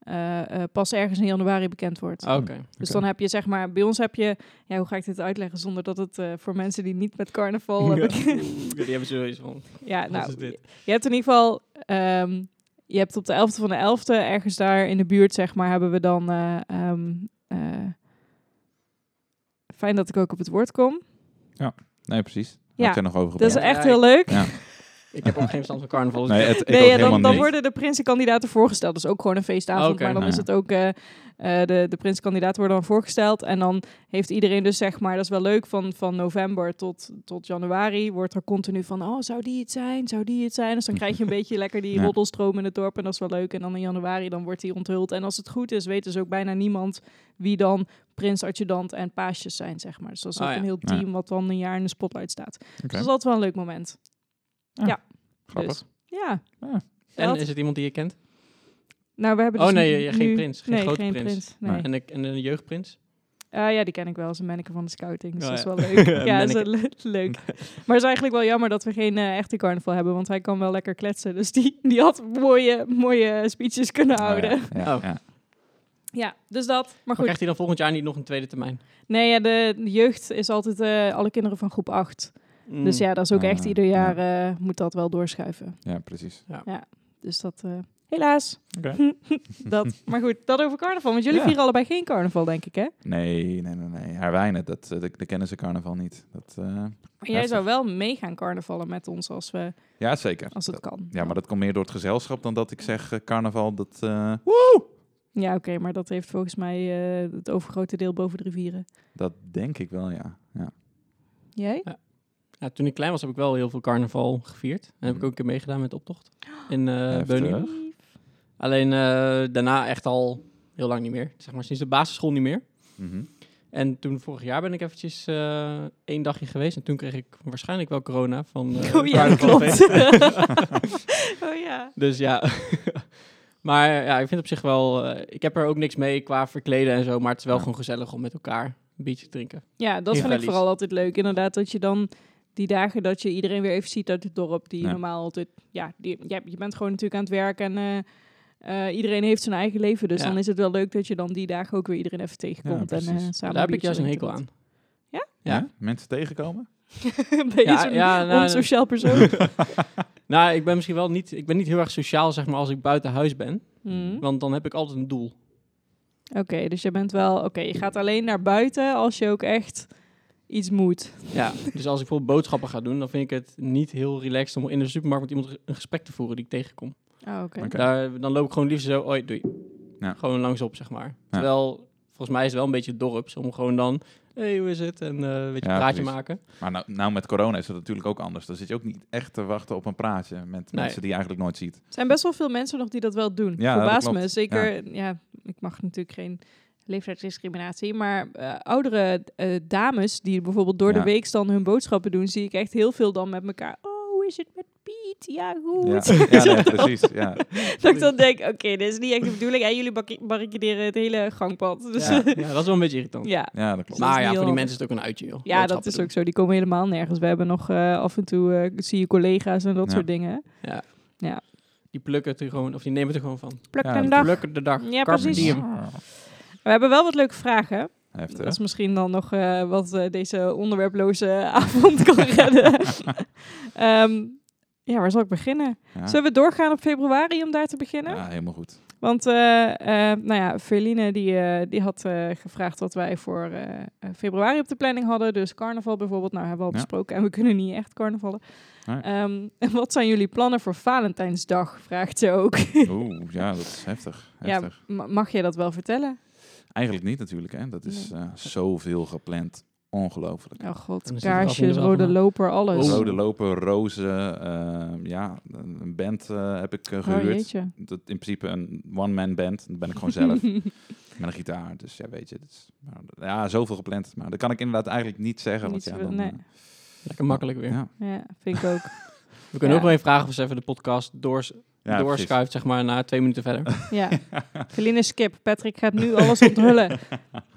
eh, eh, pas ergens in januari bekend wordt.
Oh,
Ah, Oké.
Dus dan heb je zeg maar, bij ons heb je, ja, hoe ga ik dit uitleggen zonder dat het eh, voor mensen die niet met carnaval
Ja.
ja.
Die hebben zoiets van...
ja,
Wat
nou,
is dit?
Je hebt in ieder geval, ehm, je hebt op de 11e van de 11e, ergens daar in de buurt, zeg maar, hebben we dan. eh, ehm, eh, fijn dat ik ook op het woord kom.
Nee, precies. Had
Ja.
jij nog over
Dat is
gepraat.
Ja,
echt
ja,
heel leuk.
Ja.
Ik heb ook geen verstand van carnaval. dus
Nee,
ik-
het, ik
Nee,
ook
ja, dan,
helemaal
dan
niet.
worden de prinsenkandidaten voorgesteld. Dus ook gewoon een feestavond.
Oké,
maar dan
nou
is
ja.
het ook... eh, eh, de, de prinsenkandidaten worden dan voorgesteld. En dan heeft iedereen dus zeg maar... Dat is wel leuk. Van, van november tot, tot januari wordt er continu van... Oh, zou die het zijn? Zou die het zijn? Dus dan krijg je een beetje lekker die
Ja.
roddelstroom in het dorp. En dat is wel leuk. En dan in januari dan wordt die onthuld. En als het goed is, weet dus ook bijna niemand... wie dan prins, adjudant en paasjes zijn, zeg maar. Dus dat is
Oh
ook
ja.
een heel
Ah Ja.
team wat dan een jaar in de spotlight staat.
Oké,
Dus dat is altijd wel een leuk moment.
grappig.
Dus, ja.
Ja.
En
Dat-
is het iemand die je kent?
Nou, we hebben
Oh
dus
nee,
nu-
je- geen
nu-
prins, geen
nee,
grote
geen
prins.
Nee.
Nee.
En de, en de jeugdprins?
Eh, ja, die ken ik wel. Ze manneke van de scouting. Dus
Oh,
dat is
ja.
wel leuk. ja, dat
Manneke.
is wel le- leuk. Maar het is eigenlijk wel jammer dat we geen eh, echte carnaval hebben. Want hij kan wel lekker kletsen. Dus die, die had mooie, mooie speeches kunnen houden. ja.
Oh, ja, ja,
Oh.
ja.
dus dat. Maar
Maar
goed.
krijgt hij dan volgend jaar niet nog een tweede termijn?
Nee, ja, de, de jeugd is altijd eh, alle kinderen van groep 8.
Mm.
Dus ja, dat is ook echt
Ah,
ieder jaar eh, moet dat wel doorschuiven.
Ja, precies.
Dus dat... eh, Helaas,
Oké.
dat. Maar goed, dat over carnaval. Want jullie
Ja.
vieren allebei geen carnaval, denk ik, hè?
Nee, nee, nee, nee. Herwijnen, dat, eh, de, de kennen ze carnaval niet. Dat, eh,
Maar jij zou wel mee gaan carnavallen met ons als, we,
ja, zeker.
als het
Dat-
kan.
ja, maar dat komt meer door het gezelschap dan dat ik zeg eh, carnaval, dat... eh,
Ja, oké, maar dat heeft volgens mij eh, het overgrote deel boven de rivieren.
Dat denk ik wel, ja. ja.
Jij?
Ja, toen ik klein was heb ik wel heel veel carnaval gevierd. En heb ik ook een keer meegedaan met de optocht in eh
Hmm. Heftig.
Beuningen. Alleen eh, daarna echt al heel lang niet meer. Zeg maar sinds de basisschool niet meer.
Mhm.
En toen vorig jaar ben ik eventjes eh, één dagje geweest. En toen kreeg ik waarschijnlijk wel corona van eh,
Oh ja, dat
carnavalfeest.
klopt. oh ja.
Dus ja. maar ja, ik vind op zich wel... eh, ik heb er ook niks mee qua verkleden en zo. Maar het is wel
Ja.
gewoon gezellig om met elkaar een biertje te drinken.
Ja, dat
Ja.
vind ik
Rallies.
vooral altijd leuk. Inderdaad, dat je dan die dagen dat je iedereen weer even ziet uit het dorp, die
Ja.
normaal altijd, ja, die, je, je bent gewoon natuurlijk aan het werk en eh, eh, iedereen heeft zijn eigen leven. Dus
Ja.
dan is het wel leuk dat je dan die dagen ook weer iedereen even tegenkomt en eh,
precies.
samen.
daar heb ik juist een
biertje
hekel
drinkt.
aan.
Ja?
Ja.
Mensen tegenkomen?
ben je
Ja,
zo'n
ja, nou,
onsociaal persoon?
Nou, ik ben misschien wel niet... Ik ben niet heel erg sociaal, zeg maar, als ik buiten huis ben.
Hmm.
Want dan heb ik altijd een doel.
Oké, dus je bent wel, oké, je gaat alleen naar buiten als je ook echt iets moet.
Ja, dus als ik bijvoorbeeld boodschappen ga doen, dan vind ik het niet heel relaxed om in de supermarkt met iemand een gesprek te voeren die ik tegenkom.
Oh, oké.
Oké.
Daar, dan loop ik gewoon liefst zo, oi, doei.
Ja.
Gewoon langsop, zeg maar. Terwijl, volgens mij is het wel een beetje dorps om gewoon dan, hey, hoe is het? En eh weet je,
Ja,
een praatje
precies.
maken.
Maar nou, nou met corona is dat natuurlijk ook anders. Dan zit je ook niet echt te wachten op een praatje met
Nee.
mensen die je eigenlijk nooit ziet.
Er zijn best wel veel mensen nog die dat wel doen.
Ja, dat
Verbaas
klopt.
me. Zeker, ja. ik mag natuurlijk geen leeftijdsdiscriminatie, maar eh, oudere eh, dames die bijvoorbeeld door
Ja.
de week dan hun boodschappen doen, zie ik echt heel veel dan met elkaar. Oh, hoe is het met Piet? Ja,
Ja,
goed.
ja nee, precies. Ja.
dat ik dan denk, oké, dit is niet echt de bedoeling. En jullie barri- barricaderen het hele gangpad. Dus
Ja,
ja,
ja, dat is wel een beetje irritant.
ja.
ja, dat klopt.
is
Maar
niet
ja, voor
heel
die mensen is het ook een uitje, joh.
dat
Boodschappen
is
doen.
ook zo. Die komen helemaal nergens. We hebben nog eh, af en toe, eh, zie je collega's en dat
Ja.
soort dingen.
Die plukken het er gewoon, of die nemen het er gewoon van.
Pluk
Ja,
een
dat
dag.
Plukken de dag.
Ja,
Carpe
precies.
diem.
We hebben wel wat leuke vragen. Dat
Heftig.
is misschien dan nog eh, wat eh, deze onderwerploze avond kan redden. Ehm, ja, waar zal ik beginnen?
Ja.
Zullen we doorgaan op februari om daar te beginnen?
ja, helemaal goed.
Want, eh, eh, nou ja, Verline die, eh, die had eh, gevraagd wat wij voor eh, eh, februari op de planning hadden. Dus carnaval bijvoorbeeld, nou hebben we al
Ja.
besproken. En we kunnen niet echt carnavallen.
Nee.
Ehm, en wat zijn jullie plannen voor Valentijnsdag, vraagt ze ook.
Oeh, ja, dat is heftig.
ja,
heftig.
ma- mag jij dat wel vertellen?
Eigenlijk niet natuurlijk, hè. Dat is eh, zoveel gepland. Ongelooflijk.
Oh god,
Dan is het wel van eh,
kaarsjes,
mezelf
rode
gemaakt.
loper, alles.
Oh, Rode lopen, rozen. eh, ja, een een band eh, heb ik eh,
oh
gehuurd.
jeetje.
dat in principe een one-man band. Dat ben ik gewoon zelf. met een gitaar. Dus ja, weet je. dat is- maar d- ja, zoveel gepland. Maar dat kan ik inderdaad eigenlijk niet zeggen.
Niet
Want ja,
zoveel,
dan,
nee.
eh,
Lekker makkelijk weer.
ja.
Ja, vind ik ook.
We kunnen
Ja.
ook wel even vragen of ze even de podcast door,
Ja,
doorschuift, zeg maar, na twee minuten verder.
ja. Feline skip. Patrick gaat nu alles onthullen.
precies.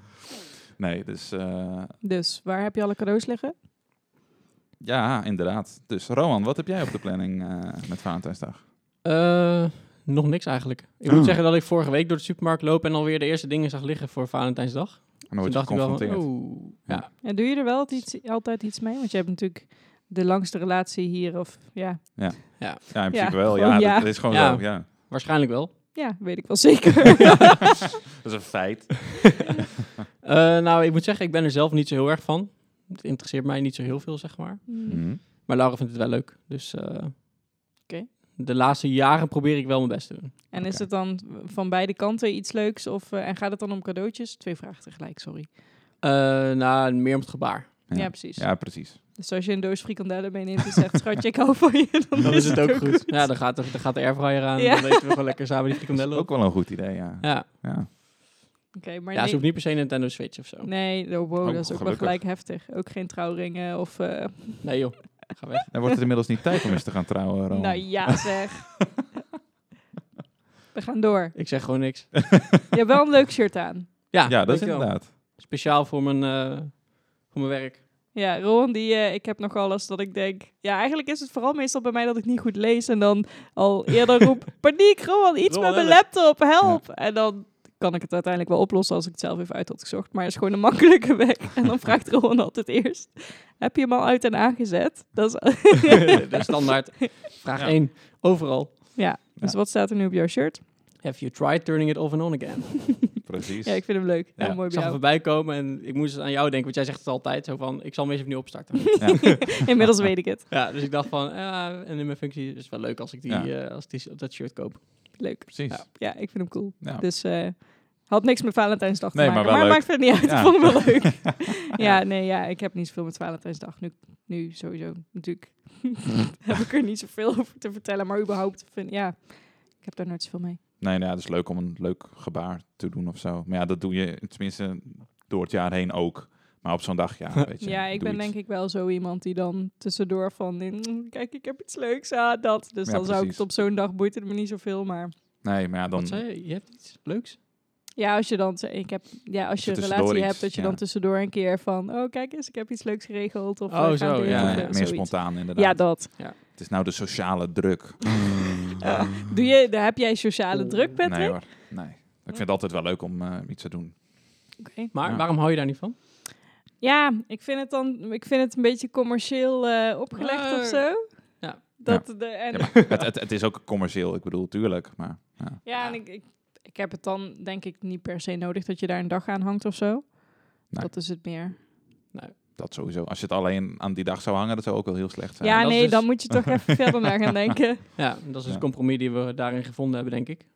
Nee, dus eh,
Dus waar heb je alle cadeaus liggen?
ja, inderdaad. Dus Rowan, wat heb jij op de planning eh, met Valentijnsdag?
Eh, nog niks eigenlijk. Ik moet
Oh.
zeggen dat ik vorige week door de supermarkt loop en alweer de eerste dingen zag liggen voor Valentijnsdag.
En dan word je
dacht ik wel
Oh, geconfronteerd.
van, oeh.
Ja.
Ja.
Ja, doe je er wel iets, altijd iets mee? Want je hebt natuurlijk de langste relatie hier. Of, ja.
ja, in principe
Ja,
wel. Ja,
gewoon ja.
Dat, dat is gewoon
Ja.
zo. Ja.
waarschijnlijk wel.
ja, weet ik wel zeker.
Dat is een feit.
Eh, nou, ik moet zeggen, ik ben er zelf niet zo heel erg van. Het interesseert mij niet zo heel veel, zeg maar.
Mhm.
Maar Laura vindt het wel leuk. Dus eh,
Oké.
de laatste jaren probeer ik wel mijn best te doen.
En is het dan van beide kanten iets leuks? Of, eh, en gaat het dan om cadeautjes? Twee vragen tegelijk, sorry.
Eh, nou, meer om het gebaar.
Ja,
Ja.
precies.
Ja, precies.
Dus als je een doos frikandellen meeneemt en zegt... Schatje, ik hou van je. Dan,
Dan is het ook goed. Ja, dan gaat de, dan gaat de airfryer aan.
Ja.
Dan eten we gewoon lekker samen die
Dat is
frikandellen
ook
op.
wel een goed idee, ja.
Ja,
ja.
Oké, maar
ja ze
nee-
hoeft niet per se een Nintendo Switch of zo.
Nee, oh, wow,
Oh,
dat is ook wel
gelukkig.
gelijk heftig. Ook geen trouwringen of... eh,
Nee joh, ga weg.
Dan wordt het inmiddels niet tijd om eens te gaan trouwen, Rowan.
Nou ja zeg. We gaan door.
Ik zeg gewoon niks.
Je hebt wel een leuk shirt aan.
Ja,
ja, dat is
dankjewel.
inderdaad.
Speciaal voor mijn, eh, voor mijn werk.
Ja, Rowan, die, eh, ik heb nogal eens dat ik denk... Ja, eigenlijk is het vooral meestal bij mij dat ik niet goed lees... en dan al eerder roep... Paniek, Rowan, iets
Rowan,
met mijn
help.
laptop, help! En dan kan ik het uiteindelijk wel oplossen als ik het zelf even uit had gezocht. Maar het is gewoon een makkelijke weg. En dan vraagt Rowan altijd eerst... Heb je hem al uit en aangezet? Dat is,
de standaard. Vraag
Ja.
1. Overal.
Dus wat staat er nu op jouw shirt?
Have you tried turning it off and on again?
Precies.
Ja, ik vind hem leuk.
Ja,
Ja, mooi
Ik
bij
zag het
jou.
voorbij komen en ik moest dus aan jou denken, want jij zegt het altijd zo van, ik zal hem eens opnieuw opstarten.
Inmiddels weet ik het.
ja, dus ik dacht van, ja, en in mijn functie is het wel leuk als ik die,
Ja.
eh, als ik die op dat shirt koop. Vind
Leuk.
Precies.
Nou, ja, ik vind hem cool.
Ja.
Dus eh, had niks met Valentijnsdag
Nee,
te
maar
maken.
wel
Maar,
leuk.
maakt het niet uit.
Ja.
Ik vond het wel leuk. ja, nee, ja, ik heb niet zoveel met Valentijnsdag. Nu, nu sowieso natuurlijk heb ik er niet zoveel over te vertellen. Maar überhaupt, vind, ja, ik heb daar nooit zoveel mee.
Nee, nou, ja, het is leuk om een leuk gebaar te doen of zo. Maar ja, dat doe je tenminste door het jaar heen ook. Maar op zo'n dag, ja, weet je.
Ja, ik ben denk ik wel zo iemand die dan tussendoor van... "Mm, Kijk, ik heb iets leuks, ah, dat. Dus
Ja,
dan zou ik
precies.
het op zo'n dag boeit het me niet zoveel, maar...
Nee, maar ja, dan...
Wat zei je? Je hebt iets leuks?
Ja, als je dan ze- ik heb, ja, als
je
je een
tussendoor
relatie
iets,
hebt, dat je
ja.
dan tussendoor een keer van, oh kijk eens, ik heb iets leuks geregeld. Of
Oh,
we gaan
zo,
dit,
Ja,
of,
ja,
eh,
meer
zoiets.
spontaan inderdaad.
Ja, dat.
Het is nou de sociale druk.
Ja. Doe je, daar heb jij sociale druk, Patrick?
Nee hoor, nee. Ik vind het altijd wel leuk om eh, iets te doen.
Oké.
Maar
Ja.
waarom hou je daar niet van?
Ja, ik vind het dan, ik vind het een beetje commercieel eh, opgelegd
Maar-
of zo.
Ja.
Dat de, en,
Ja,
ja,
maar het, het, het is ook commercieel, ik bedoel, tuurlijk. Maar ja.
en ik, ik, ik heb het dan denk ik niet per se nodig dat je daar een dag aan hangt of zo.
Nee.
Dat is het meer.
dat sowieso. Als je het alleen aan die dag zou hangen, dat zou ook wel heel slecht zijn.
ja,
dat is
nee,
dus-
dan moet je toch even verder naar gaan denken.
Ja, dat is dus
Ja.
het compromis die we daarin gevonden hebben, denk ik.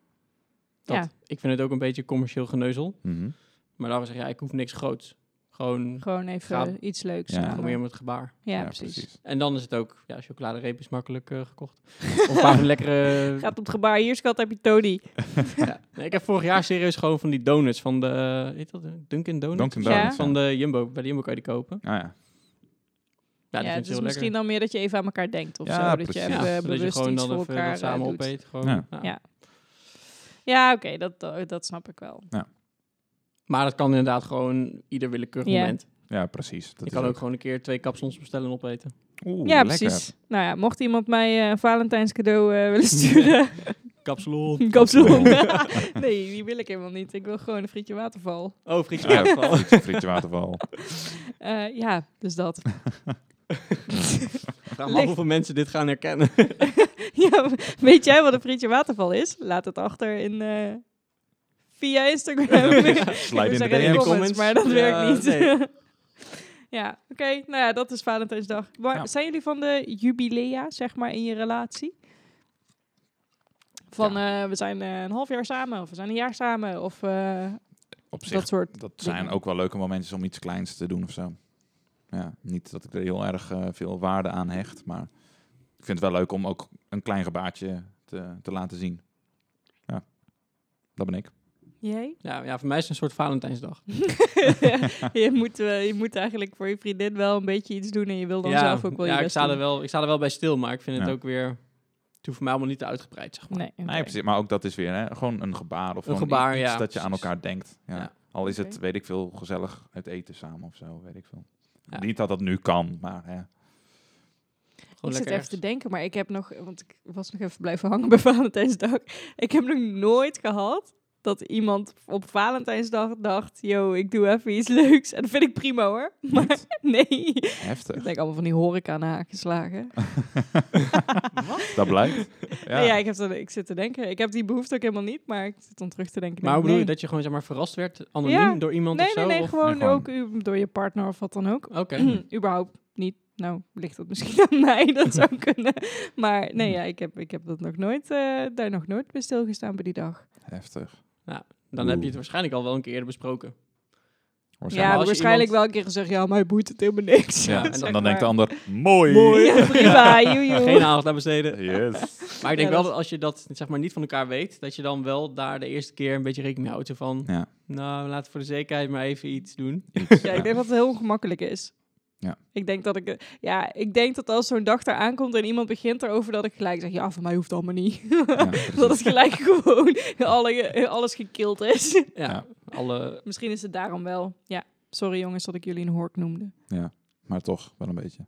Dat,
Ja.
Ik vind het ook een beetje commercieel geneuzel.
Mhm.
Maar daarom zeg je, ja, ik hoef niks groots. Gewoon
Gewoon even
Ga-
iets leuks.
Ja.
samen.
probeer met het gebaar.
ja, precies.
En dan is het ook, ja, chocoladereep is makkelijk eh, gekocht. of een paar van die lekkere...
Gaat op het gebaar, hier schat heb je Tony.
Ja. Nee, ik heb vorig jaar serieus gewoon van die donuts van de... eh, Heet dat? eh, Dunkin' Donuts?
Dunkin'
Ja.
Donuts.
Van de Jumbo. Bij de Jumbo kan je die kopen.
Ah, ja.
Ja, die
Ja,
vind
het
ik
is
heel
misschien
lekker.
dan meer dat je even aan elkaar denkt of
Ja,
zo. Dat
precies.
je even
Ja,
zodat je
bewust
gewoon
iets
dan
voor
even
elkaar
dat samen
eh, doet.
opeet. Gewoon,
Ja.
ja.
Ja. Ja, oké, dat, dat, dat snap ik wel.
Maar dat kan inderdaad gewoon ieder willekeurig
Ja.
moment.
ja, precies. Dat
Je
is
kan ook gewoon een keer twee kapsels bestellen en opeten.
Oeh,
ja,
lekker.
precies. Nou ja, mocht iemand mij eh, een Valentijns cadeau eh, willen sturen,
Kapsalon.
een kapsalon. nee, die wil ik helemaal niet. Ik wil gewoon een frietje waterval.
Oh, frietje
Ja,
waterval.
frietje- frietje waterval.
Eh, ja, dus dat.
Vraag me af hoeveel mensen dit gaan herkennen.
ja, weet jij wat een frietje waterval is? Laat het achter in, eh, via Instagram.
Slide in de
Ik wil zeggen in de
DM's.
comments, maar dat
Ja,
werkt niet.
nee.
ja, oké. Nou ja, dat is Valentijnsdag. Maar
Ja.
zijn jullie van de jubilea, zeg maar, in je relatie? Van eh, we zijn eh, een half jaar samen, of we zijn een jaar samen, of eh,
Op zich,
dat soort.
dat zijn
dingen.
ook wel leuke momentjes om iets kleins te doen of zo. Ja, niet dat ik er heel erg eh, veel waarde aan hecht, maar ik vind het wel leuk om ook een klein gebaartje te, te laten zien. Ja, dat ben ik.
Jij?
Ja, ja, voor mij is het een soort Valentijnsdag.
je, moet, eh, je moet eigenlijk voor je vriendin wel een beetje iets doen en je wil dan
ja,
zelf ook wel
ja
je
ik,
best
sta er
doen.
wel, ik sta er wel bij stil, maar ik vind het
Ja.
ook weer... Het hoeft voor mij allemaal niet te uitgebreid, zeg maar.
Nee, oké.
Nee, precies. Maar ook dat is weer hè, gewoon een gebaar of
Een
gewoon
gebaar,
iets
ja,
dat je aan
precies.
elkaar denkt. Ja.
Ja.
Al is het,
Oké.
weet ik veel, gezellig uit eten samen of zo, weet ik veel.
Ja.
Niet dat dat nu kan, maar hè.
Gewoon
ik zit
lekker
even
ergens.
te denken, maar ik heb nog, want ik was nog even blijven hangen bij Valentijnsdag. Ik heb nog nooit gehad dat iemand op Valentijnsdag dacht, yo, ik doe even iets leuks. En dat vind ik prima hoor. Maar nee, ik
heftig.
denk allemaal van die horeca nageslagen.
Dat blijkt.
Ja,
Ja.
ja ik, heb dat, ik zit te denken. Ik heb die behoefte ook helemaal niet, maar ik zit dan terug te denken.
Maar
denk,
hoe bedoel je,
nee.
dat je gewoon zeg maar verrast werd, anoniem,
Ja.
door iemand of
Nee,
zo?
nee, nee,
of-
gewoon,
Nee, gewoon-
ook u- door je partner of wat dan ook.
Oké.
Mhm, Überhaupt niet. Nou, ligt dat misschien aan mij, dat zou kunnen. Maar nee, ja, ik, heb, ik heb dat nog nooit, eh, daar nog nooit bij stilgestaan bij die dag.
Heftig.
Dan heb je het waarschijnlijk al wel een keer eerder besproken.
Ja,
maar
Waarschijnlijk.
als je
waarschijnlijk
iemand-
wel een keer gezegd, ja, mij boeit het helemaal niks.
Ja,
Ja,
en
zeg
dan,
maar.
dan denkt "Oh, de ander, mooi.
Ja, prima, joejoe.
Geen aandacht aan besteden.
Yes.
Maar ik
Ja,
denk wel
dat-
dat als je dat zeg maar, niet van elkaar weet, dat je dan wel daar de eerste keer een beetje rekening mee houdt. Zo Van,
Ja.
nou, laten we voor de zekerheid maar even iets doen.
Iets,
Ja, ik denk dat het heel ongemakkelijk is.
Ja.
Ik denk dat ik, ja, ik denk dat als zo'n dag daar aankomt en iemand begint erover, dat ik gelijk zeg, ja, voor mij hoeft het allemaal niet.
Ja, precies.
dat het gelijk gewoon alle, alles gekild is.
Ja,
Ja.
alle...
Misschien is het daarom wel, ja, sorry jongens dat ik jullie een hork noemde.
Maar toch, wel een beetje.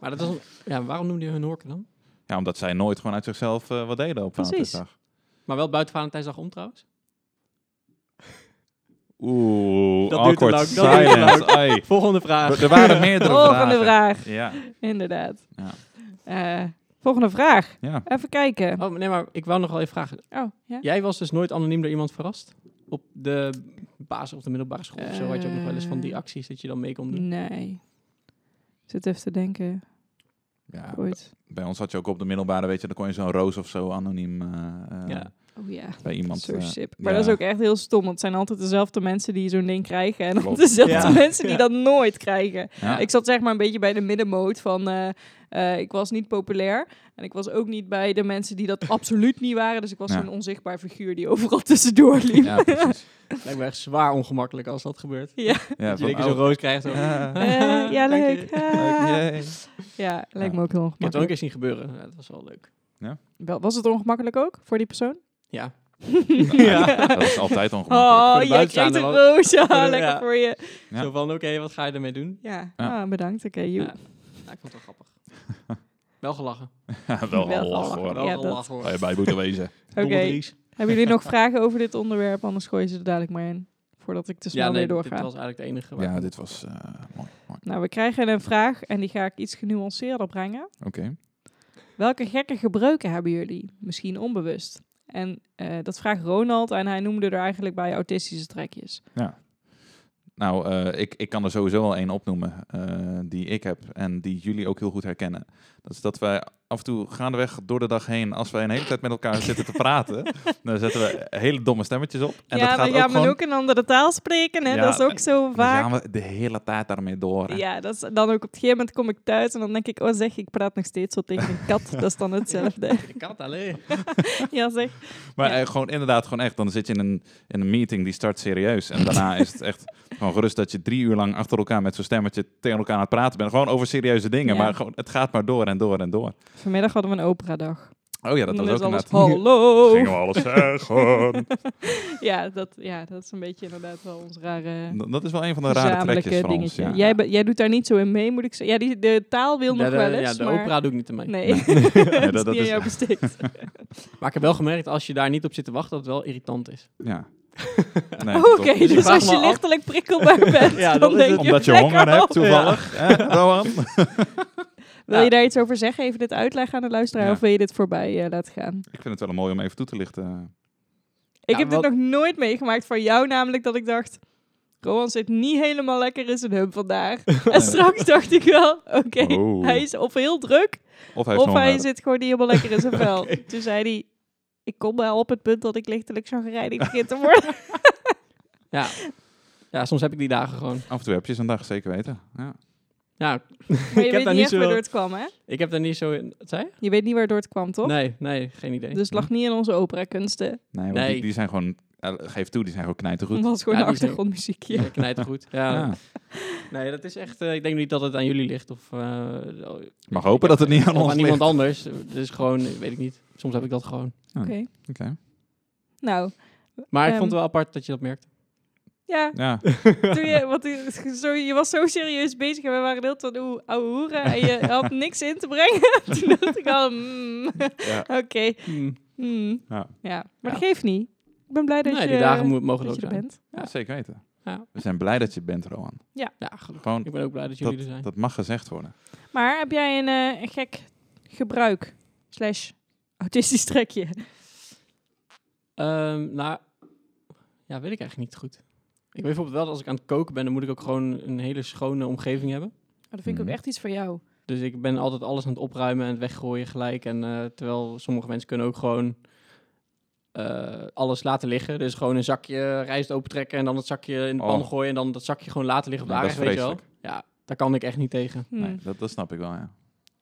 Maar dat is een... ja, waarom noemde je hun horken dan?
Ja, omdat zij nooit gewoon uit zichzelf eh, wat deden op
Precies.
Valentijnsdag.
Maar wel buiten Valentijnsdag om trouwens?
Oeh,
Dat duurt te
awkward
lang, dat duurt te
silence. Ai.
Volgende vraag.
Er waren meerdere
Volgende
vragen.
vraag,
Ja.
inderdaad.
Ja.
Eh, volgende vraag,
ja.
even kijken.
Oh, nee, maar ik wou nog wel even vragen.
Oh, ja.
Jij was dus nooit anoniem door iemand verrast? Op de basis of de middelbare school of zo had je ook nog wel eens van die
Eh.
acties dat je dan mee kon doen.
Nee. Ik Zit even te denken.
Ja,
ooit.
bij ons had je ook op de middelbare, weet je, dan kon je zo'n roos of zo anoniem eh, eh,
Ja.
Oh ja.
bij iemand.
Zo
eh,
sip. Maar
ja.
dat is ook echt heel stom, want het zijn altijd dezelfde mensen die zo'n ding krijgen en dan
Klopt.
dezelfde
Ja.
mensen die
Ja.
dat nooit krijgen.
ja.
Ik zat zeg maar een beetje bij de middenmoot van eh, eh, ik was niet populair en ik was ook niet bij de mensen die dat absoluut niet waren. Dus ik was
Ja.
zo'n onzichtbaar figuur die overal tussendoor liep.
Ja, precies.
Lijkt me echt zwaar ongemakkelijk als dat gebeurt.
Ja,
Dat je
van,
een keer zo'n
oh,
roos krijgt. zo.
ja.
Eh, ja,
Dank je.
leuk.
Leuk,
Ah.
yay.
Ja, lijkt
Ja.
me ook heel
Ik heb het wel een
ongemakkelijk.
keer zien gebeuren. Ja, dat was wel leuk.
Wel, was het ongemakkelijk ook voor die persoon?
Ja.
Ja, dat is altijd ongemakkelijk.
Oh,
Voor de
jij kreeg
buitenstaander
een
wel.
roos. Ja,
Ja.
lekker voor je.
Ja.
Zo van, oké, wat ga je ermee doen?
Ja,
Ja.
Ah, bedankt. Oké, joe.
Ja. Ja, ik vond het wel grappig. wel gelachen.
Ja, wel
Oh. Wel
al lach hoor.
lachen.
Wel
Ja, dat-
gelachen hoor.
Waar je bij moet wezen.
Oké, hebben jullie nog vragen over dit onderwerp? Anders gooi je ze er dadelijk maar in, voordat ik te snel
Ja, nee,
weer
dit
doorga.
was eigenlijk het enige. waar
Ja,
ik-
dit was eh, mooi. mooi.
Nou, we krijgen een vraag en die ga ik iets genuanceerder brengen.
Oké.
Welke gekke gebruiken hebben jullie? Misschien onbewust. En eh, dat vraagt Ronald en hij noemde er eigenlijk bij autistische trekjes.
Nou, eh, ik, ik kan er sowieso al één opnoemen eh, die ik heb en die jullie ook heel goed herkennen. Dat is dat wij af en toe gaandeweg door de dag heen, als wij een hele tijd met elkaar zitten te praten, dan zetten we hele domme stemmetjes op. En
ja,
dat
maar
gaat
ja,
ook
maar
gewoon...
ook een andere taal spreken, hè?
Ja,
dat is ook zo
Dan
vaak.
gaan we de hele tijd daarmee door. En-
Ja, dat is dan ook op het gegeven moment kom ik thuis en dan denk ik, oh zeg, ik praat nog steeds zo tegen een kat. Dat is dan hetzelfde.
Ik kan het alleen.
ja, zeg.
Maar
Ja.
eh, gewoon inderdaad, gewoon echt. Dan zit je in een, in een meeting die start serieus. En daarna is het echt gewoon gerust dat je drie uur lang achter elkaar met zo'n stemmetje tegen elkaar aan het praten bent. Gewoon over serieuze dingen.
Ja.
Maar gewoon, het gaat maar door en door en door.
Vanmiddag hadden we een operadag.
Oh ja, dat was
Dus
ook
alles,
inderdaad.
Hallo!
Gingen we alles zeggen.
Ja dat, ja, dat is een beetje inderdaad wel ons rare...
D- dat is wel een van de rare
gezamenlijke
trekjes van ons.
dingetje.
Ja.
Jij, be- jij doet daar niet zo in mee, moet ik zeggen. Ja, die, de taal wil nog
de,
wel eens,
ja, de
maar...
opera doe ik niet ermee.
Nee,
dat-
dat, is niet
dat
aan
is-
jou besteed.
Maar ik heb wel gemerkt, als je daar niet op zit te wachten, dat het wel irritant is.
Ja. Nee,
Oké,
klopt.
je
dus
vraagt
als
me
je
af-
lichtelijk prikkelbaar bent,
Ja, dat
dan
is
denk
het.
je...
Omdat je
lekker
honger hebt,
op.
toevallig. Eh, hè, Rowan?
Wil
Ja.
je daar iets over zeggen? Even dit uitleggen aan de luisteraar?
Ja.
Of wil je dit voorbij eh, laten gaan?
Ik vind het wel mooi om even toe te lichten. eh,
Ik
Ja,
heb
wat-
dit nog nooit meegemaakt van jou, namelijk dat ik dacht... Rowan zit niet helemaal lekker in zijn hub vandaag. En straks dacht ik wel, oké,
Oh.
hij is of heel druk...
Of hij, eh, heeft
Of
nog
hij
een-
zit gewoon niet helemaal lekker in zijn vel. Toen zei hij, ik kom wel op het punt dat ik lichtelijk zo gereinigd begin te worden.
Ja. ja, soms heb ik die dagen gewoon.
Af en toe heb je zo'n dag, zeker weten. Ja.
Ja,
Maar je
heb
weet
daar
niet
niet
echt
zo-
waardoor het kwam, hè?
ik heb daar niet zo in... Wat zei je?
Je weet niet waardoor het kwam, toch?
Nee, nee, geen idee.
Dus het lag niet in onze operakunsten.
Nee, want
Nee.
Die, die zijn gewoon... eh, geef toe, die zijn gewoon knijtergoed.
Het was gewoon
Ja,
een
die zijn-
achtergrondmuziekje.
Ja, knijtergoed. Ja.
Ja.
Nee, dat is echt... eh, ik denk niet dat het aan jullie ligt of... eh,
Mag hopen dat het niet aan
of
ons
aan
ligt.
iemand anders. Dus gewoon, eh, weet ik niet. Soms heb ik dat gewoon.
Oké.
Oké.
Nou,
Maar ik
Ehm.
vond het wel apart dat je dat merkte.
ja.
Ja.
Toen je, want je, zo, je was zo serieus bezig en we waren de hele tijd oeh, ouwe hoeren en je had niks in te brengen. Toen dacht ik al, mm, oké.
ja.
Hmm.
mm.
Ja.
ja. Maar
Ja.
dat geeft niet. Ik ben blij dat
Nee,
je,
die dagen mo- mogen er
dat
ook
je er
zijn.
bent.
Ja.
Zeker weten.
Ja.
We zijn blij dat je bent, Roan.
Ja, gelukkig.
Gewoon,
Ik ben ook blij dat jullie
dat,
er zijn.
dat mag gezegd worden.
Maar heb jij een eh, gek gebruik slash autistisch trekje?
Ehm, nou, ja, weet ik eigenlijk niet goed. Ik weet bijvoorbeeld wel dat als ik aan het koken ben, dan moet ik ook gewoon een hele schone omgeving hebben.
dat
vind ik ook Mhm.
echt iets voor jou.
Dus ik ben altijd alles aan het opruimen en het weggooien gelijk. En eh, terwijl sommige mensen kunnen ook gewoon eh, alles laten liggen. Dus gewoon een zakje rijst opentrekken en dan het zakje in de pan
Oh.
gooien. En dan dat zakje gewoon laten liggen op de
Ja, dat
aardig,
is
weet je wel. Ja, daar kan ik echt niet tegen.
Hmm.
Nee, dat, dat snap ik wel, ja.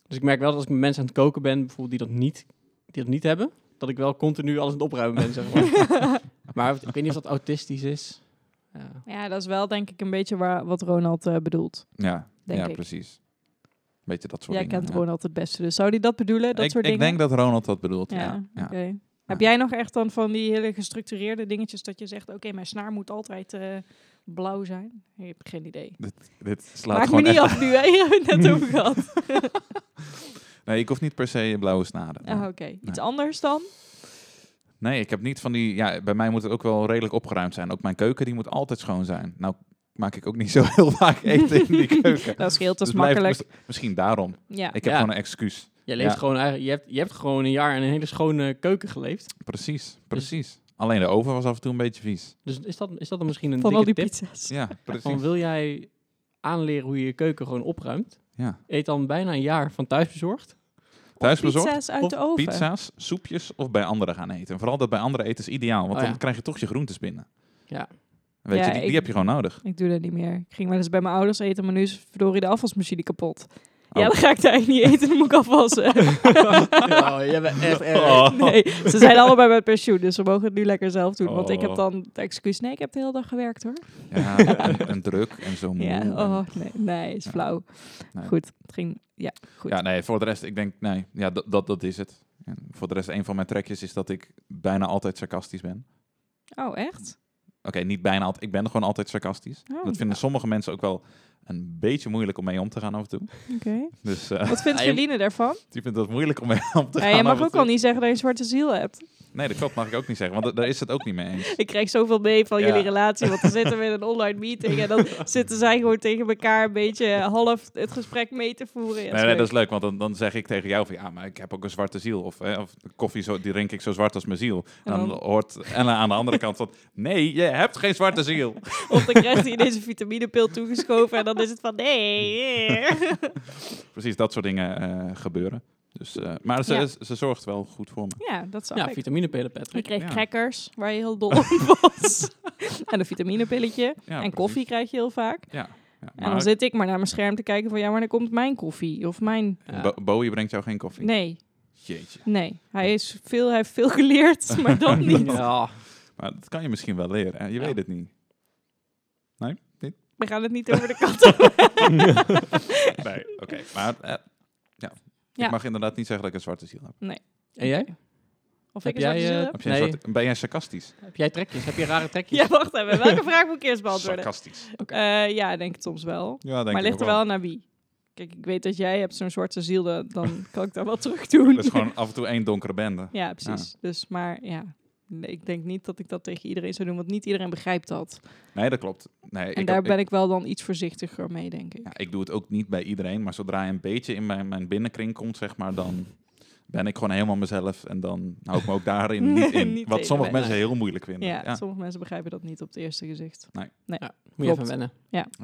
Dus ik merk wel dat als ik met mensen aan het koken ben, bijvoorbeeld die dat niet, die dat niet hebben, dat ik wel continu alles aan het opruimen ben, zeg maar. maar ik weet niet of dat autistisch is. Ja.
Ja, dat is wel denk ik een beetje waar, wat Ronald eh, bedoelt.
Ja,
Denk
ja
ik.
precies. Beetje dat soort
Jij
dingen.
kent
ja.
Ronald het beste, dus zou die dat bedoelen? Dat
ik,
soort
ik
dingen?
denk dat Ronald dat bedoelt, ja.
Ja,
ja.
oké. Heb jij nog echt dan van die hele gestructureerde dingetjes dat je zegt, oké, mijn snaar moet altijd eh, blauw zijn? Ik heb geen idee.
Dit slaat
Maak me
gewoon
niet
echt...
af nu, hè? Hier hebben we het net over gehad.
Nee, ik hoef niet per se je blauwe snaren.
Ah, oké. Iets anders dan?
Nee, ik heb niet van die... Ja, bij mij moet het ook wel redelijk opgeruimd zijn. Ook mijn keuken, die moet altijd schoon zijn. Nou, maak ik ook niet zo heel vaak eten in die keuken.
Dat scheelt, dat is
Dus blijft
makkelijk.
mis- misschien daarom.
Ja.
Ik heb
Ja.
gewoon een excuus.
Je, leeft
Ja.
gewoon eigenlijk, je, hebt, je hebt gewoon een jaar in een hele schone keuken geleefd.
Precies, precies. Alleen de oven was af en toe een beetje vies.
Dus is dat, is dat dan misschien een
Van al
dikke
die
tip?
pizza's.
Ja,
Van
precies.
wil jij aanleren hoe je je keuken gewoon opruimt?
Ja.
Eet dan bijna een jaar van thuisbezorgd.
Thuisbezorgd,
Pizza's uit
of
de oven.
pizza's, soepjes of bij anderen gaan eten. En vooral dat bij anderen eten is ideaal, want
Oh, ja.
dan krijg je toch je groentes binnen.
Ja.
Weet
Ja,
je, die, die
ik-
heb je gewoon nodig.
Ik doe dat niet meer. Ik ging wel eens bij mijn ouders eten, maar nu is verdorie de afwasmachine kapot. Ja,
Oh.
dan ga ik daar eigenlijk niet eten, dan moet ik afwassen.
Oh, je bent echt erg.
Nee, ze zijn allebei met pensioen, dus ze mogen het nu lekker zelf doen. Want ik heb
Oh.
dan het excuus, nee, ik heb de hele dag gewerkt hoor.
Ja, en, en druk en zo moe.
Ja,
en-
oh nee, nee, is
Ja.
flauw.
Nee.
Goed, het ging, ja, goed.
Ja, nee, voor de rest, ik denk, nee, ja, dat, dat, dat is het. En voor de rest, een van mijn trekjes is dat ik bijna altijd sarcastisch ben.
Oh, echt?
Oké, niet bijna altijd, ik ben gewoon altijd sarcastisch.
Oh.
dat vinden sommige mensen ook wel een beetje moeilijk om mee om te gaan af en toe.
Oké.
Dus eh,
Wat vindt
Ja, je-
Verline daarvan?
die vindt dat moeilijk om mee om te
Ja,
gaan
je
af
mag
en
ook
toe.
al niet zeggen dat je een zwarte ziel hebt.
Nee, dat klopt, mag ik ook niet zeggen, want da- daar is het ook niet mee eens.
Ik krijg zoveel mee van
Ja.
jullie relatie, want dan zitten we in een online meeting en dan zitten zij gewoon tegen elkaar een beetje half het gesprek mee te voeren. Ja,
Nee, nee, dat is leuk, want dan, dan zeg ik tegen jou van ja, maar ik heb ook een zwarte ziel. Of, hè, of koffie, zo, die drink ik zo zwart als mijn ziel. En
En
dan
dan?
hoort Ella aan de andere kant van nee, je hebt geen zwarte ziel.
Of dan krijgt hij deze vitaminepil toegeschoven en dan is het van nee.
Precies, dat soort dingen eh, gebeuren. Dus, eh, maar ze,
Ja.
ze, ze zorgt wel goed voor me.
Ja, dat zou
Ja, vitaminepillen, Patrick.
Ik kreeg
Ja.
crackers, waar je heel dol op was. en een vitaminepilletje.
Ja,
en
precies.
koffie krijg je heel vaak.
Ja. ja.
en
maar
dan zit ik maar naar mijn scherm te kijken van... ja, maar dan komt mijn koffie. Of mijn...
Ja.
Bo- Bowie brengt jou geen koffie?
Nee,
Jeetje.
nee. Hij, is veel, hij heeft veel geleerd, maar dat niet.
Ja.
Maar dat kan je misschien wel leren. hè? Je
Ja.
weet het niet.
We gaan het niet over de kat hebben.
Nee, oké. Maar eh, ja.
Ja.
ik mag inderdaad niet zeggen dat ik een zwarte ziel heb.
En jij?
Of
Heb
ik een
jij,
zwarte ziel
eh,
heb?
heb jij een
Nee.
zwarte- ben jij sarcastisch?
Heb jij trekjes? Heb je rare trekjes?
Ja, wacht even. Welke vraag moet ik eerst beantwoorden?
Sarcastisch.
Eh, ja, ik denk het soms wel.
Ja, denk
maar
ik
ligt
ook
er wel naar wie. Kijk, ik weet dat jij hebt zo'n zwarte ziel, dan- dan kan ik daar wel terug doen.
Dat is gewoon Ah. af en toe één donkere bende.
Ja, precies. Dus, maar ja, nee, ik denk niet dat ik dat tegen iedereen zou doen, want niet iedereen begrijpt dat.
Nee, dat klopt. Nee,
En
ik,
daar
heb- ik-
ben ik wel dan iets voorzichtiger mee, denk ik.
ja, ik doe het ook niet bij iedereen, maar zodra je een beetje in mijn, mijn binnenkring komt, zeg maar, dan ben ik gewoon helemaal mezelf en dan hou ik me ook daarin niet in.
Niet tegen,
wat sommige
nee.
mensen heel moeilijk vinden.
Ja,
Ja, ja.
sommige mensen begrijpen dat niet op het eerste gezicht.
Moet je even
Klopt.
wennen.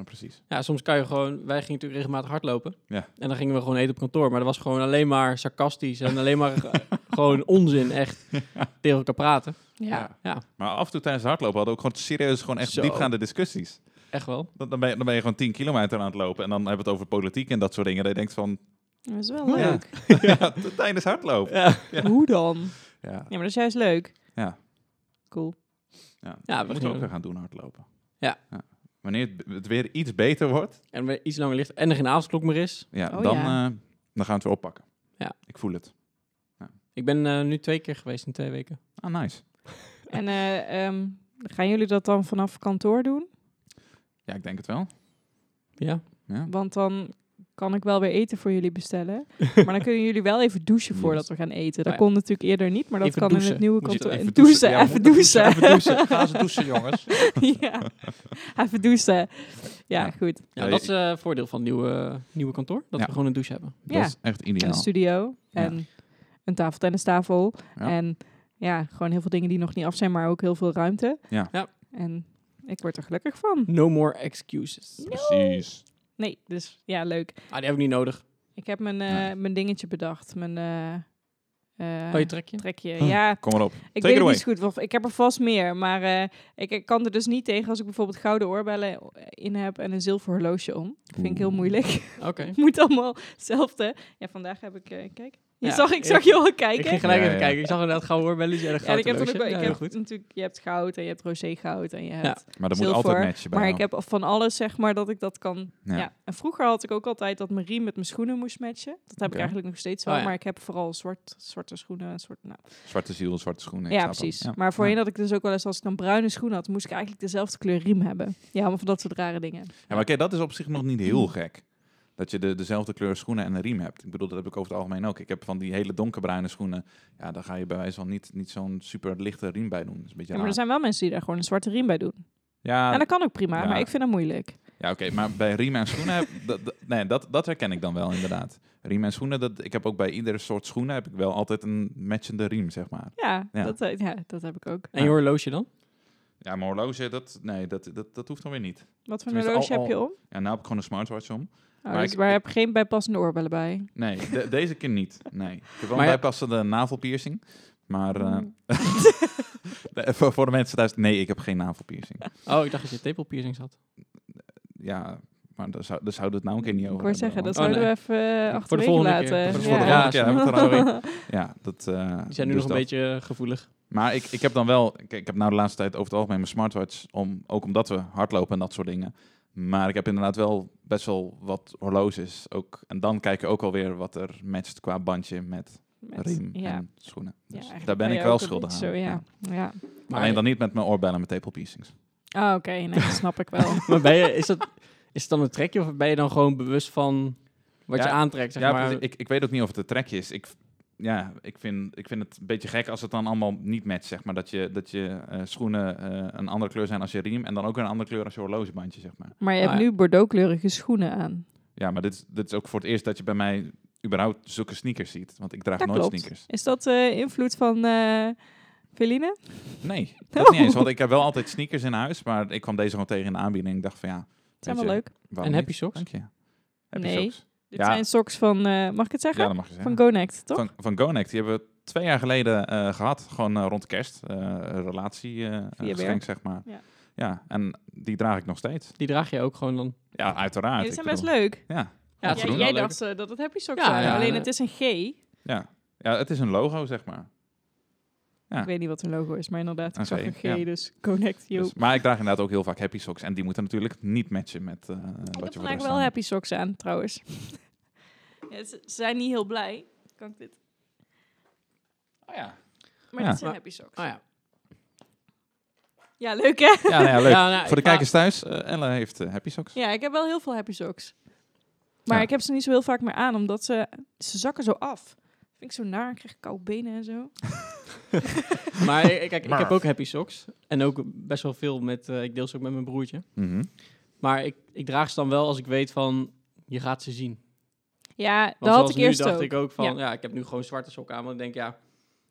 precies.
Ja, soms kan je gewoon... Wij gingen natuurlijk regelmatig hardlopen.
Ja.
En dan gingen we gewoon eten op kantoor. Maar dat was gewoon alleen maar sarcastisch. En alleen maar eh, gewoon onzin echt tegen elkaar praten.
Ja,
Ja,
Maar af en toe tijdens het hardlopen hadden we ook gewoon serieus gewoon echt
Zo.
diepgaande discussies.
echt wel.
Dan, dan, ben je, dan ben je gewoon 10 kilometer aan het lopen en dan hebben we het over politiek en dat soort dingen. Dan je denkt van,
dat is wel
Ja.
leuk.
ja, t- tijdens hardlopen.
Ja,
Hoe dan?
Ja,
Ja, maar dat is juist leuk.
Ja.
Cool.
ja.
Ja, we
we moeten
gingen-
ook weer gaan doen hardlopen.
Ja.
Wanneer het, b- het weer iets beter wordt,
En weer iets langer licht. En er geen avondklok meer is.
ja,
Oh,
dan,
ja.
eh, dan gaan we het weer oppakken.
Ja.
Ik voel het.
Ik ben eh, nu twee keer geweest in twee weken.
Ah, nice.
En eh, ehm, gaan jullie dat dan vanaf kantoor doen?
Ja, ik denk het wel.
Ja.
Ja.
Want dan kan ik wel weer eten voor jullie bestellen. Maar dan kunnen jullie wel even douchen voordat we gaan eten. Dat
Ja.
kon natuurlijk eerder niet, maar dat
Even
kan in
douchen.
het nieuwe
Moet je
kantoor.
even
Even
douchen.
douchen,
Ja,
even douchen.
Even douchen. Ga ze douchen, jongens.
ja, even douchen. Ja,
Ja.
goed.
Ja,
Ja,
dat is eh, het voordeel van het nieuwe, nieuwe kantoor. Dat
Ja.
we gewoon een douche hebben.
Ja.
Dat is echt
En een
ideaal.
studio
Ja.
en een tafeltennistafel.
Ja.
En ja, gewoon heel veel dingen die nog niet af zijn, maar ook heel veel ruimte.
Ja.
Ja.
En ik word er gelukkig van.
No more excuses.
Precies.
Nee, dus ja, leuk.
Ah, die heb ik niet nodig.
Ik heb mijn, eh,
Ja.
mijn dingetje bedacht. Mijn eh, eh,
Oh, je trekje?
trekje. Ja,
Kom maar op.
ik
Take
weet
it
het
away.
niet zo goed. want Ik heb er vast meer. Maar eh, ik, ik kan er dus niet tegen als ik bijvoorbeeld gouden oorbellen in heb en een zilver horloge om. Dat vind ik heel
Oeh.
moeilijk.
Oké.
Het moet allemaal hetzelfde. Ja, vandaag heb ik... eh, kijk, je
Ja,
zag, ik
ik-
zag je al
Ik
kijken.
ging gelijk
Ja,
even
ja.
kijken. Ik zag inderdaad gauw hoor, Bellies.
ja,
En
en ik heb, er ook, wel- ik
ja,
heb
goed.
natuurlijk... Je hebt goud en je hebt roze goud en je hebt...
Maar dat moet
Zilver,
altijd matchen bij
Maar ik
jou.
heb van alles, zeg maar, dat ik dat kan. Ja.
Ja.
En vroeger had ik ook altijd dat mijn riem met mijn schoenen moest matchen. Dat heb ik
Oké.
eigenlijk nog steeds wel.
Oh ja.
Maar ik heb vooral zwart, zwarte schoenen. en Soort, nou,
Zwarte ziel, zwarte schoenen. ik
ja,
snap hem.
precies.
Ja.
Maar voorheen
Ja.
had ik dus ook wel eens, als ik dan bruine schoenen had, moest ik eigenlijk dezelfde kleur riem hebben. Ja, allemaal van dat soort rare dingen.
Ja, maar kijk, dat is op zich nog niet
Hmm.
heel gek. Dat je de, dezelfde kleur schoenen en een riem hebt. Ik bedoel, dat heb ik over het algemeen ook. Ik heb van die hele donkerbruine schoenen. Ja, daar ga je bij wijze van niet, niet zo'n super lichte riem bij doen. Dat is een beetje
Ja, maar er
raar.
zijn wel mensen die daar gewoon een zwarte riem bij doen.
Ja,
en dat kan ook prima,
Ah. ja.
maar ik vind dat moeilijk.
Ja, oké, maar bij riemen en schoenen, heb, dat, dat- nee, dat, dat herken ik dan wel inderdaad. Riemen en schoenen, dat, ik heb ook bij iedere soort schoenen heb ik wel altijd een matchende riem, zeg maar.
Ja,
Ja.
Dat, eh, ja, dat heb ik ook.
En je horloge dan?
Ja, mijn horloge, dat, nee, dat, dat, dat hoeft dan weer niet.
Wat voor een
Tenminste,
horloge
al-
heb je om?
Ja, nou heb ik gewoon een smartwatch om.
Oh,
Maar
dus
ik-
maar je
ik-
hebt geen bijpassende oorbellen bij.
Nee, de- deze keer niet. Nee. Ik heb wel
Maar
een
ja-
bijpassende navelpiercing. Maar eh,
Mm.
de- voor, voor de mensen thuis, nee, ik heb geen navelpiercing.
Oh, ik dacht dat je tepelpiercing had.
Ja, maar daar, zou, daar zouden we het nou een keer niet over
Ik wou zeggen, dat
Oh,
zouden
nee.
we even eh,
Voor de
achterwege
volgende
laten.
keer. Voor de
Ja,
volgende
ja,
keer.
ja, we moeten er al- Ja, dat... eh,
Die zijn nu
dus
nog
dat.
een beetje gevoelig.
Maar ik, ik heb dan wel... Ik, ik heb nou de laatste tijd over het algemeen mijn smartwatch. Om, ook omdat we hardlopen en dat soort dingen. Maar ik heb inderdaad wel best wel wat horloges. Ook, en dan kijk ik ook alweer wat er matcht qua bandje met,
Met-
riem
ja.
en schoenen.
Ja,
Dus
eigenlijk
daar ben
je
ik wel
ook een
schuldig aan.
beetje Zo, ja. ja.
Maar,
Alleen dan niet met mijn oorbellen met tepelpiercings.
Ah, oké. Nee, dat snap ik wel.
maar ben je, is, dat, is het dan een trekje of ben je dan gewoon bewust van wat
Ja,
je aantrekt? Zeg
Ja,
maar?
precies. ik, ik weet ook niet of het een trekje is. Ik, ja, ik vind, ik vind het een beetje gek als het dan allemaal niet matcht. Zeg maar dat je, dat je eh, schoenen eh, een andere kleur zijn als je riem. En dan ook weer een andere kleur als je horlogebandje, zeg maar.
Maar je hebt
Ah, ja.
nu bordeauxkleurige schoenen aan.
Ja, maar dit is, dit is ook voor het eerst dat je bij mij überhaupt zulke sneakers ziet. Want ik draag
Dat
nooit
klopt.
sneakers.
Is dat eh, invloed van eh Feline?
Nee, dat niet eens. Want ik heb wel altijd sneakers in huis. Maar ik kwam deze gewoon tegen in de aanbieding. En ik dacht van ja,
Zijn
Weet
wel
je,
leuk.
waarom
en
niet?
happy socks?
Dank je. Happy
Nee.
socks.
Dit
Ja.
zijn socks van, eh, mag ik het
Ja,
zeggen?
dat mag je zeggen.
van Gonact, toch?
Van, van Gonact, die hebben we twee jaar geleden eh, gehad. Gewoon eh, rond kerst. eh, een relatie eh, een
werk.
geschenk, zeg maar.
Ja.
Ja, en die draag ik nog steeds.
Die draag je ook
Oh,
gewoon dan.
Ja, uiteraard.
Ja, die
ik
zijn best
bedoel-
leuk.
Ja.
Ja,
Goed
het
Jij-
te doen.
wel
jij
leuk.
dacht eh, dat het happy socks
Ja,
waren,
ja.
alleen het is een G.
ja. ja, het is een logo, zeg maar. Ja.
Ik weet niet wat hun logo is, maar inderdaad, ik
Een
zag
G,
een G,
ja.
dus Gonact, yo.
Dus- maar ik draag inderdaad ook heel vaak happy socks. En die moeten natuurlijk niet matchen met eh,
ik
wat
heb
je voor de
vandaag
rest
wel
aan hebt.
happy socks aan, trouwens. ja, ze ze zijn niet heel blij. Kan ik dit?
Oh, ja.
Maar
Ja.
dit zijn
Maar-
happy socks.
Ah ja.
Ja, leuk hè?
Ja, nou ja, leuk.
Ja, nou,
voor de
ik-
kijkers thuis, eh Ella heeft eh, happy socks.
Ja, ik heb wel heel veel happy socks. Maar
Ja.
ik heb ze niet zo heel vaak meer aan, omdat ze, ze zakken zo af. Vind ik zo naar, ik krijg koude benen en zo.
Maar eh, kijk, ik
Maar-
heb ook happy socks. En ook best wel veel met, eh, ik deel ze ook met mijn broertje.
Mhm.
Maar ik, ik draag ze dan wel als ik weet van, je gaat ze zien.
Ja, dat
Want
had
zoals
ik
nu
eerst
dacht
ook.
ik ook van, ja. ik heb nu gewoon zwarte sokken aan. Want ik denk, ja,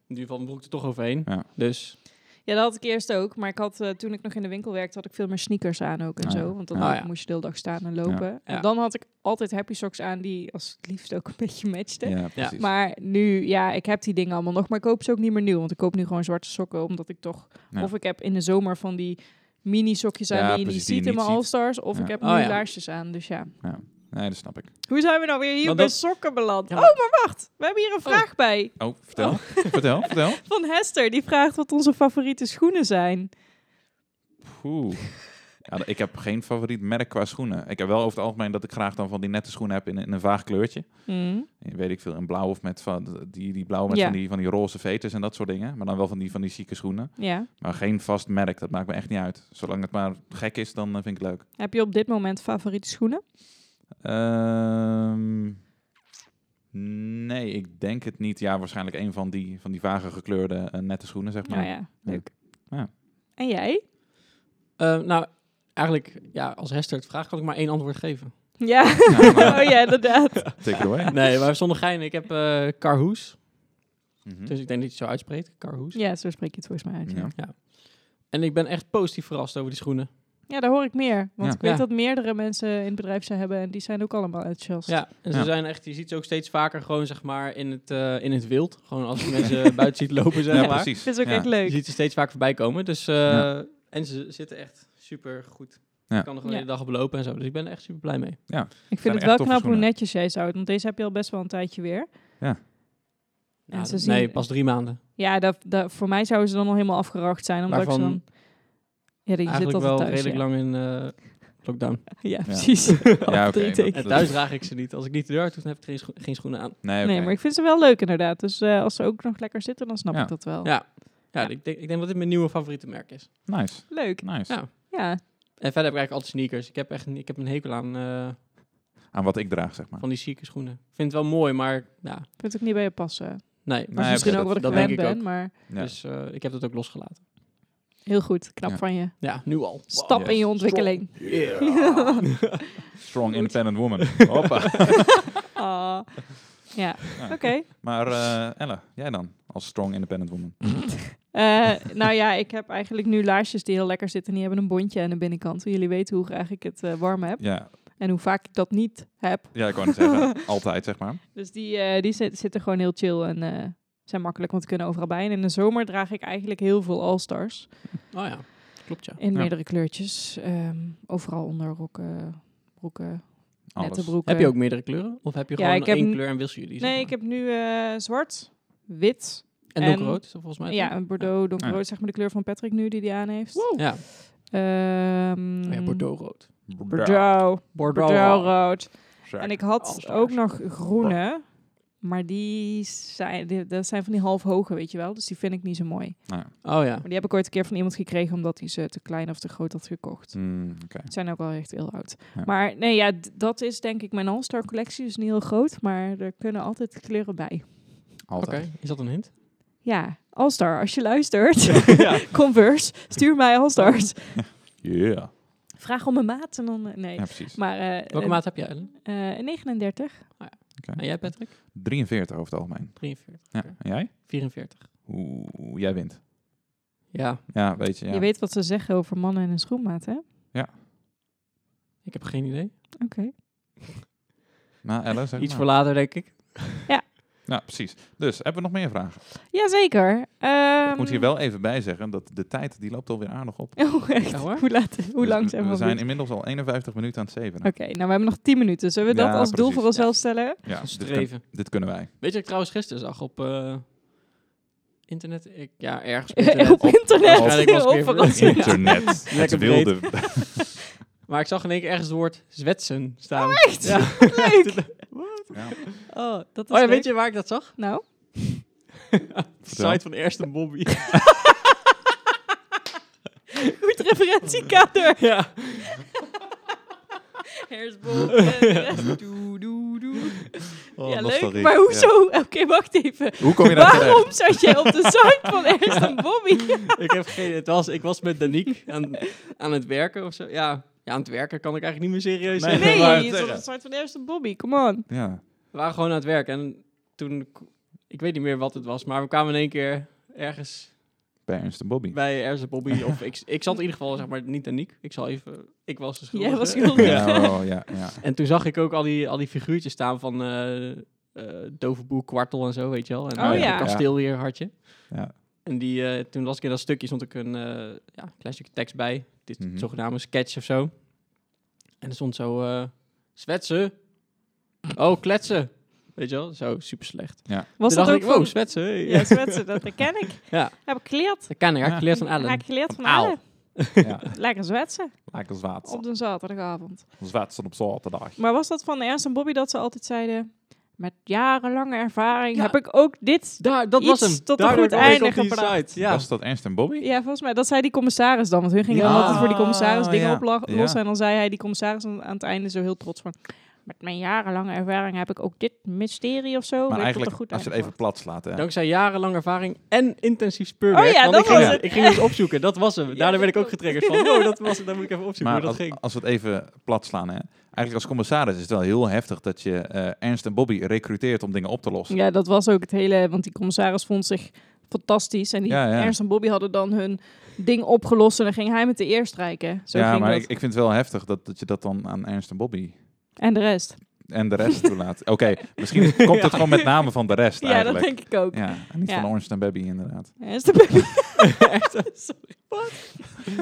nu valt mijn broek er toch overheen.
Ja.
Dus,
Ja, dat had ik eerst ook. Maar ik had, eh, toen ik nog in de winkel werkte, had ik veel meer sneakers aan ook en
Ah, ja.
zo. Want dan
Ah, ja.
moest je de hele dag staan en lopen. En
Ja.
dan had ik altijd happy socks aan die als het liefst ook een beetje matchten.
Ja, precies.
Maar nu, ja, ik heb die dingen allemaal nog. Maar ik koop ze ook niet meer nieuw. Want ik koop nu gewoon zwarte sokken. Omdat ik toch...
Ja.
Of ik heb in de zomer van die mini sokjes aan
Ja,
die je niet
precies, die je
ziet in
niet
mijn
ziet.
All-Stars. Of
Ja.
ik heb
Oh,
nu
ja.
laarsjes aan. Dus ja.
Nee, dat snap ik.
Hoe zijn we nou weer hier
Maar
bij
dat-
sokken beland?
Ja, maar-
Oh, maar wacht. We hebben hier een vraag bij.
Oh, vertel. vertel, vertel.
Van Hester. Die vraagt wat onze favoriete schoenen zijn.
Oeh. Ja, d- ik heb geen favoriet merk qua schoenen. Ik heb wel over het algemeen dat ik graag dan van die nette schoenen heb in, in een vaag kleurtje.
Hmm.
In, weet ik veel, in blauw of met van die, die blauw met
Ja.
van, die, van die roze veters en dat soort dingen. Maar dan wel van die, van die zieke schoenen.
Ja.
Maar geen vast merk, dat maakt me echt niet uit. Zolang het maar gek is, dan eh, vind ik het leuk.
Heb je op dit moment favoriete schoenen?
Ehm, nee, ik denk het niet. Ja, waarschijnlijk een van die, van die vage gekleurde eh, nette schoenen, zeg maar.
Nou ja, leuk.
Ja.
En jij?
eh, nou, eigenlijk, ja, als Hester het vraagt, kan ik maar één antwoord geven.
Ja.
Nou, maar-
oh ja, inderdaad.
Take it away.
Nee, maar zonder gein, ik heb eh Carhoes.
Mhm.
Dus ik denk dat je het zo uitspreekt, Carhoes.
Ja, zo spreek je het volgens mij uit. Ja,
Ja.
En ik ben echt positief verrast over die schoenen.
Ja, daar hoor ik meer. Want
Ja.
ik weet
Ja.
dat meerdere mensen in het bedrijf ze hebben en die zijn ook allemaal enthousiast.
Ja, en ze
Ja.
zijn echt, je ziet ze ook steeds vaker gewoon, zeg maar, in het, eh, in het wild. Gewoon als je mensen buiten ziet lopen, zeg
Ja,
maar.
precies.
Vind ik dus- ook
Ja.
echt
Je
leuk.
ziet ze steeds vaker voorbij komen. Dus, eh,
Ja.
En ze zitten echt super goed.
Ja.
Ik kan er gewoon
Ja.
de dag op lopen en zo. Dus ik ben er echt super blij mee.
Ik
zijn
vind het
echt
wel
toffe
knap hoe
schoenen.
netjes jij ze houdt. Want deze heb je al best wel een tijdje weer.
Ja,
ze
dat-
zien-
Nee, pas drie maanden.
Ja, dat, dat, voor mij zouden ze dan al helemaal afgeracht zijn. Omdat ik ze
Waarvan
dan... Ja, die zit
Eigenlijk
altijd
wel
thuis.
redelijk
ja.
lang in eh, lockdown.
ja, precies. Ja,
Ja, oké.
Drie
En
Dat-
thuis draag ik ze niet. Als ik niet de deur uit doe, dan heb ik geen, scho- geen schoenen aan.
Nee,
Nee,
oké.
maar ik vind ze wel leuk inderdaad. Dus eh, als ze ook nog lekker zitten, dan snap
Ja.
ik dat wel.
Ja, ja,
Ja.
Ik, denk, ik denk dat dit mijn nieuwe favoriete merk is.
Nice,
Leuk.
nice.
Ja.
Ja,
En verder heb ik eigenlijk altijd sneakers. Ik heb echt ik heb een hekel aan eh,
Aan wat ik draag, zeg maar.
van die chique schoenen. Ik vind het wel mooi, maar ja,
ik vind het ook niet bij je passen.
nee.
Dat
Nee,
is misschien
dat-
ook wat ik
dat denk
gewend
ik
ben,
ook.
maar
Ja.
Dus eh, ik heb dat ook losgelaten.
heel goed. Knap
Ja.
van je.
Ja, nu al.
Stap
Yes.
in je ontwikkeling.
Strong independent woman. Hoppa.
Ah. Ja, oké.
Maar eh Ella, jij dan? Als strong independent woman.
Eh, nou ja, ik heb eigenlijk nu laarsjes die heel lekker zitten. Die hebben een bondje aan de binnenkant. Jullie weten hoe graag ik het eh, warm heb.
Ja,
En En hoe vaak ik dat niet heb.
Ja, ik kan het zeggen. Altijd, zeg maar.
Dus die, eh, die zit- zitten gewoon heel chill en eh, zijn makkelijk, want kunnen overal bij. En in de zomer draag ik eigenlijk heel veel All-Stars.
Oh ja, klopt ja.
In
Ja.
meerdere kleurtjes. ehm, overal onder rokken, broeken, nette
Alles.
broeken.
Heb je ook meerdere kleuren? Of heb je
Eh, Ja,
gewoon
ik heb
één
n-
kleur en wissel je die? zeg
Nee, ik
maar?
heb nu eh, zwart, wit.
En
en-
donkerrood, is dat volgens mij.
Ja, een Bordeaux, donkerrood,
Ja.
zeg maar de kleur van Patrick nu die hij aan heeft.
toch? Ja,
Ehm,
oh ja Bordeauxrood.
Bordeaux. Bordeaux rood.
Zeg.
En ik had
Alles
ook nog groene, maar die zijn, die- dat zijn van die half hoge, weet je wel. Dus die vind ik niet zo mooi.
Nou
Oh ja.
Maar die heb ik ooit een keer van iemand gekregen omdat hij ze te klein of te groot had gekocht.
Hmm, Oké.
Ze zijn ook al echt heel oud.
Ja.
Maar nee, ja, d- dat is denk ik mijn All-Star collectie. Dus niet heel groot, maar er kunnen altijd kleuren bij.
Oké,
Altijd.
is dat een hint?
Ja, All-Star, als je luistert, Converse, stuur mij All-Stars.
Yeah.
Vraag om een maat en dan... eh, Nee,
Ja, precies.
maar... eh,
Welke maat heb jij, Ellen?
eh, 39.
En jij, Patrick?
43 over het algemeen.
43.
Ja.
Oké.
En jij?
44.
Oeh, jij wint.
Ja,
Ja, weet je. Ja.
Je weet wat ze zeggen over mannen en een schoenmaat, hè?
ik heb geen idee.
Nou, Ellen, zeg
Iets
maar.
voor later, denk ik.
Ja, precies. Dus, hebben we nog meer vragen?
Jazeker. Ehm,
ik moet hier wel even bij zeggen dat de tijd, die loopt alweer aardig op.
Oh, echt?
Ja, hoor.
Hoe, laat, hoe
Dus
lang
we-
zijn
we?
we?
zijn
Oké,
inmiddels al 51 minuten aan het zeven.
nou we hebben nog 10 minuten. Zullen we
Ja,
dat als doel
precies.
voor onszelf stellen?
Ja, dit, kun-
Streven.
dit kunnen wij.
Weet je wat ik trouwens gisteren zag op eh, internet? Ik, ja, ergens op
op
internet.
internet.
Waarschijnlijk was ik weer
Overal.
vergeten. Ja.
Internet.
Lekker
het wilde.
Maar ik zag in één keer ergens het woord zwetsen staan.
Oh, Echt?
Ja.
Wat Leuk.
Ja.
Oh, dat is
Oh ja,
leuk.
weet je waar ik dat zag?
Nou,
Vertel.
Site van Eerst en Bobby.
goed referentiekader.
ja.
Hersbol. eh, de rest. Doe, doe, doe.
Oh,
ja, leuk.
nostalgie.
Maar hoezo? Oké, wacht even.
Ja. Hoe kom je nou daar terecht?
Waarom zat jij op de site van Ernst en Bobby?
ik heb geen... Het was, ik was met Danique aan, aan het werken of zo. Ja. ja, aan het werken kan ik eigenlijk niet meer serieus
Nee.
zeggen.
Nee,
maar-
je zat op de site van Ernst en Bobby. Come on.
Ja.
We waren gewoon aan het werk en toen, ik weet niet meer wat het was, maar we kwamen in één keer ergens
Bij Ernst en Bobby.
bij Erze Bobby. of ik, ik zat in ieder geval, zeg maar, niet aan Niek. Ik zal even, ik was de schuldige.
Jij was schuldig.
Ja, oh, ja, ja.
En toen zag ik ook al die, al die figuurtjes staan van eh eh, Dove Boer Kwartel en zo, weet je wel. En
Oh
eh,
ja.
de kasteelheer hartje.
Ja.
En die, eh, toen las ik in dat stukje, stond ik een eh, ja, klein stukje tekst bij. Dit is
Mhm.
zogenaamde sketch of zo. En er stond zo, eh zwetsen. Oh, kletsen. Weet je wel, zo super slecht.
Was
Toen
dat
dacht
ook
ik, wow,
van...
zwetsen. hey.
Ja, zwetsen, dat herken ik.
Ja.
Heb ik geleerd.
Dat kan ik,
Ja.
ik geleerd van
Heb
Ellen.
ik geleerd van
Van Al.
Ellen.
ja.
Lekker zwetsen
Lekker zwaats.
op de zaterdagavond.
Zwaatsen op zaterdag.
Maar was dat van Ernst en Bobby dat ze altijd zeiden... Met jarenlange ervaring
Ja.
heb ik ook dit...
Daar, dat
Iets
was hem.
tot een
Daardoor
goed
kwam ik
einde
op die
gebracht.
site, Ja.
Was dat Ernst en Bobby?
Ja, volgens mij. Dat zei die commissaris dan. Want hun gingen dan
Ja.
altijd voor die commissaris dingen
Ja.
opla-
Ja.
lossen. En dan zei hij die commissaris aan aan het einde zo heel trots van... Met mijn jarenlange ervaring heb ik ook dit mysterie of zo. weet ik
maar
dat
eigenlijk,
er goed
als je het even
uitkomt.
plat slaat, hè.
Dankzij jarenlange ervaring en intensief speurwerk.
Oh ja,
want
dat
ik, ging,
was
dus-
het.
ik ging dus opzoeken. Dat was hem. Daardoor
dat
werd ik ook
klopt.
getriggerd van, wow, dat was het. Daar moet ik even opzoeken
Maar
hoe dat
als,
ging.
als we het even plat slaan, hè. Eigenlijk als commissaris is het wel heel heftig dat je eh, Ernst en Bobby recruteert om dingen op te lossen.
Ja, dat was ook het hele, want die commissaris vond zich fantastisch. En die
Ja, ja.
Ernst en Bobby hadden dan hun ding opgelost en dan ging hij met de eer strijken. Zo
Ja,
ging
maar
dat.
ik, ik vind het wel heftig dat, dat je dat dan aan Ernst en Bobby
En de rest.
en de rest toelaat. Oké, misschien is- komt het gewoon met name van de rest
Ja, dat
eigenlijk.
denk ik ook.
Ja, en niet
Ja.
van Ernst en Bobby inderdaad.
Ernst en Bobby. Sorry.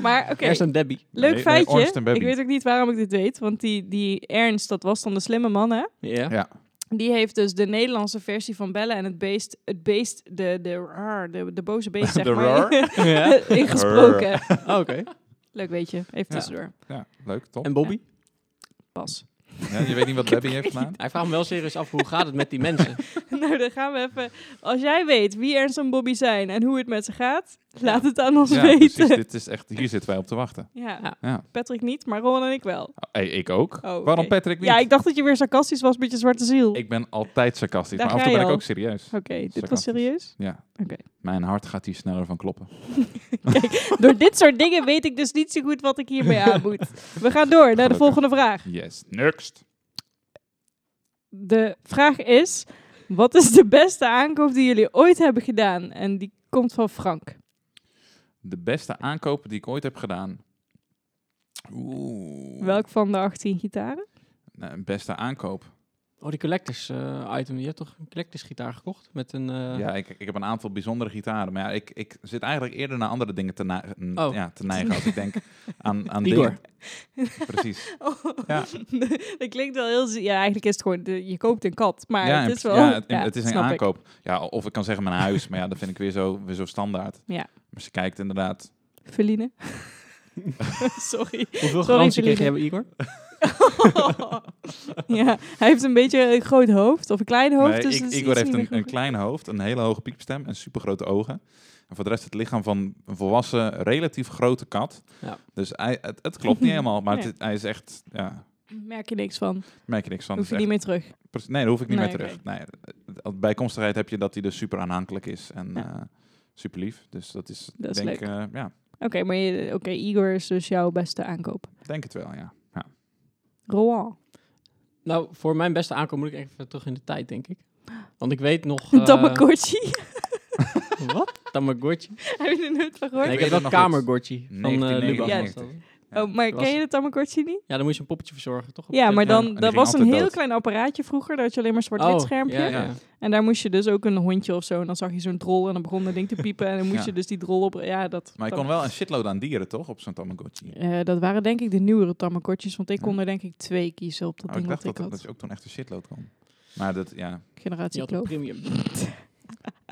Maar oké,
Eerst een Debbie.
leuk
Nee, nee,
feitje.
Ernst en Bobby.
ik weet ook niet waarom ik dit weet, want die, die Ernst, dat was dan de slimme man, hè?
Ja.
Ja.
Die heeft dus de Nederlandse versie van Bellen en het beest, het beest de, de, raar, de, de boze beest, zeg
De
maar,
Ja.
ingesproken.
Oh, Oké.
Leuk weet je, even
Ja.
tussendoor.
Ja, leuk, top.
En Bobby?
Pas.
Ja, je weet niet wat Bobby heeft gedaan?
Hij vraagt me wel serieus af, hoe gaat het met die mensen?
Nou, dan gaan we even. Als jij weet wie Ernst en Bobby zijn en hoe het met ze gaat, laat het aan ons
Ja,
weten.
precies. Dit is echt, hier zitten wij op te wachten.
Ja.
Ja.
Patrick niet, maar Rowan en ik wel.
Hey, ik ook.
Oh, oké.
Waarom Patrick niet?
Ja, ik dacht dat je weer sarcastisch was met je zwarte ziel. Oké,
Ik ben altijd sarcastisch,
Daar
maar af en
ga
toe ben
je
ik
al.
ook serieus.
dit was
Sarcastisch.
serieus.
Ja.
Oké.
Mijn hart gaat hier sneller van kloppen.
Door dit soort dingen weet ik dus niet zo goed wat ik hiermee aan moet. We gaan door naar de
Gelukkig.
volgende vraag.
Yes. Next.
De vraag is: wat is de beste aankoop die jullie ooit hebben gedaan? En die komt van Frank.
De beste aankopen die ik ooit heb gedaan. Oeh.
Welk van de 18 gitaren?
nou, een beste aankoop.
Oh, die collectors eh, item. Je hebt toch een collectors gitaar gekocht? Met een... eh,
Ja, ik, ik heb een aantal bijzondere gitaren. Maar ja, ik, ik zit eigenlijk eerder naar andere dingen te, na- n-
Oh.
ja, te neigen als ik denk aan, aan
Igor.
dingen. Precies. Ja.
dat klinkt wel heel... zie- Ja, eigenlijk is het gewoon... de- je koopt een kat, maar
ja,
het
in
is wel...
principe- ja, het,
ja,
het is een
snap ik.
aankoop. Ja, of ik kan zeggen mijn huis. maar ja, dat vind ik weer zo, weer zo standaard.
Ja.
Maar ze kijkt inderdaad...
Verliezen. Sorry.
Hoeveel garantie kreeg
Verlinde.
je hebben, Igor?
Oh.
ja, hij heeft een beetje een groot hoofd of een klein hoofd.
Nee,
dus
I-
dat is
Igor
iets
heeft
minder
een, een
goed.
klein hoofd, een hele hoge piepstem en supergrote ogen. En voor de rest het lichaam van een volwassen, relatief grote kat.
Ja.
Dus hij, het, het klopt niet helemaal, maar
Nee.
het, hij is echt... Ja,
Merk je niks van.
merk je niks van.
Hoef je
Het is
niet meer terug.
echt pres- nee, daar hoef ik niet
Nee,
meer
oké.
terug. Nee, eh, bijkomstigheid heb je dat hij dus super aanhankelijk is en
Ja.
eh, super lief. Dus dat is,
Dat is
denk,
leuk.
ik, eh, ja,
Oké, maar je, oké, Igor is dus jouw beste aankoop.
denk het wel, ja. ja.
Roan.
Nou, voor mijn beste aankoop moet ik even terug in de tijd, denk ik. Want ik weet nog...
Een
eh,
Tamagotchi.
Wat? Tamagotchi?
Heb je er nooit van gehoord?
Nee, ik
weet
heb wel
het nog goed.
Kamergotchi van eh Lubach.
1999. Ja.
Oh, maar
Was-
ken je de Tamagotchi niet?
Ja, dan moest je een poppetje verzorgen, toch?
Ja, maar dan,
en die
dat
ging
was een
altijd
heel
dood. Oh,
klein apparaatje vroeger. Daar had je alleen maar een zwart-wit schermpje.
Oh, Ja, ja.
En daar moest je dus ook een hondje of zo. En dan zag je zo'n drol en dan begon dat ding te piepen. En dan moest
Ja.
je dus die drol op... Ja, dat,
Maar je kon wel een shitload aan dieren, toch? Op zo'n Tamagotchi.
Eh, dat waren denk ik de nieuwere Tamagotchis. Want ik kon
Ja.
er denk ik twee kiezen op dat
Oh, ik
ding
dacht
wat ik
dat, dat
had.
je ook toen echt een shitload kon. Maar dat, ja,
Je
Generatie
had een
kloof.
premium.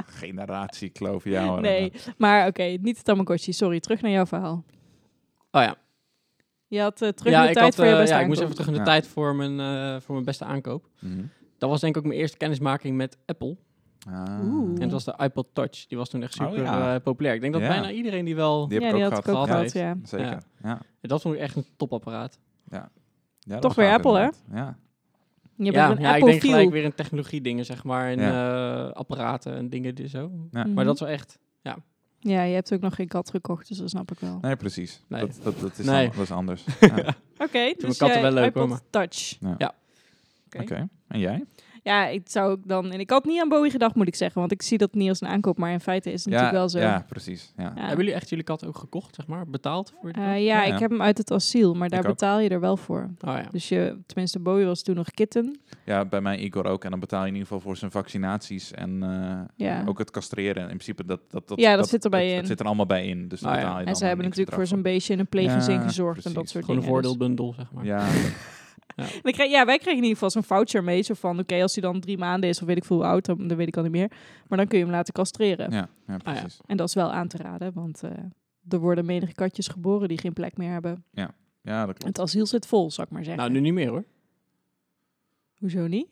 generatie kloof jou.
Nee, maar oké, niet de Tamagotchi. Sorry, terug naar jouw verhaal.
Oh ja.
Je had eh, terug
ja,
in de
ik
tijd
had,
voor je
eh,
beste
ja, ik moest even
aankoop.
terug in de
Ja.
tijd voor mijn, eh, voor mijn beste aankoop.
Mhm.
Dat was denk ik ook mijn eerste kennismaking met Apple.
Ah.
Oeh.
En dat was de iPod Touch. Die was toen echt
Oh,
super
ja.
eh, populair. Ik denk dat
Ja.
bijna iedereen die wel...
Die heb
ja,
ik
die
ook
had ik
gehad.
ook
gehad.
gehad, ja.
Zeker.
Ja.
Ja. Ja.
Dat vond ik echt een topapparaat.
dat
Toch
was
weer
gaaf,
Apple, hè?
inderdaad. Ja.
Je
ja,
bent een
ja ik denk gelijk
Apple-fiel.
weer in technologie dingen, zeg maar. En eh, apparaten en dingen die zo.
Mhm.
Maar dat is wel echt...
Ja, je hebt ook nog geen kat gekocht, dus dat snap ik wel.
Nee, precies.
Nee.
Dat, dat, dat, is
Nee.
dan- dat is anders. Ja. Oké.
Oké, dus
katten
jij
wel leuk,
iPod
hoor, maar-
Touch.
Ja.
Ja.
Oké.
En jij?
Ja, ik zou ook dan... En ik had niet aan Bowie gedacht, moet ik zeggen. Want ik zie dat niet als een aankoop, maar in feite is het
ja,
natuurlijk wel zo.
Ja, precies. Ja.
Ja.
Hebben jullie echt jullie kat ook gekocht, zeg maar? Betaald voor die
Eh,
kat?
ja,
Ja.
ik heb hem uit het asiel, maar daar
Ik ook.
betaal je er wel voor.
Oh ja.
Dus je, tenminste, Bowie was toen nog kitten.
ja, bij mij Igor ook. En dan betaal je in ieder geval voor zijn vaccinaties en eh,
Ja.
ook het castreren. In principe, dat, dat, dat,
Ja, dat zit er bij
dat- dat
in. Oh
zit er allemaal bij in. Dus dat
Ah, ja.
betaal je
en
dan
ze hebben
niks
natuurlijk voor
bedrag
zo'n beestje in een pleeggezin
Ja,
gezorgd en dat
precies.
soort
Gewoon een
dingen. dus-
voordeelbundel, zeg maar.
Ja,
En dan krijg- ja, wij kregen in ieder geval zo'n voucher mee. Zo van, oké, als hij dan drie maanden is of weet ik veel hoe oud, dan, dan weet ik al niet meer. Maar dan kun je hem laten castreren.
ja, ja, precies.
En dat is wel aan te raden, want eh, er worden menige katjes geboren die geen plek meer hebben.
Ja, dat klopt.
Het asiel zit vol, zou ik maar zeggen.
Nou, nu niet meer hoor.
Hoezo niet?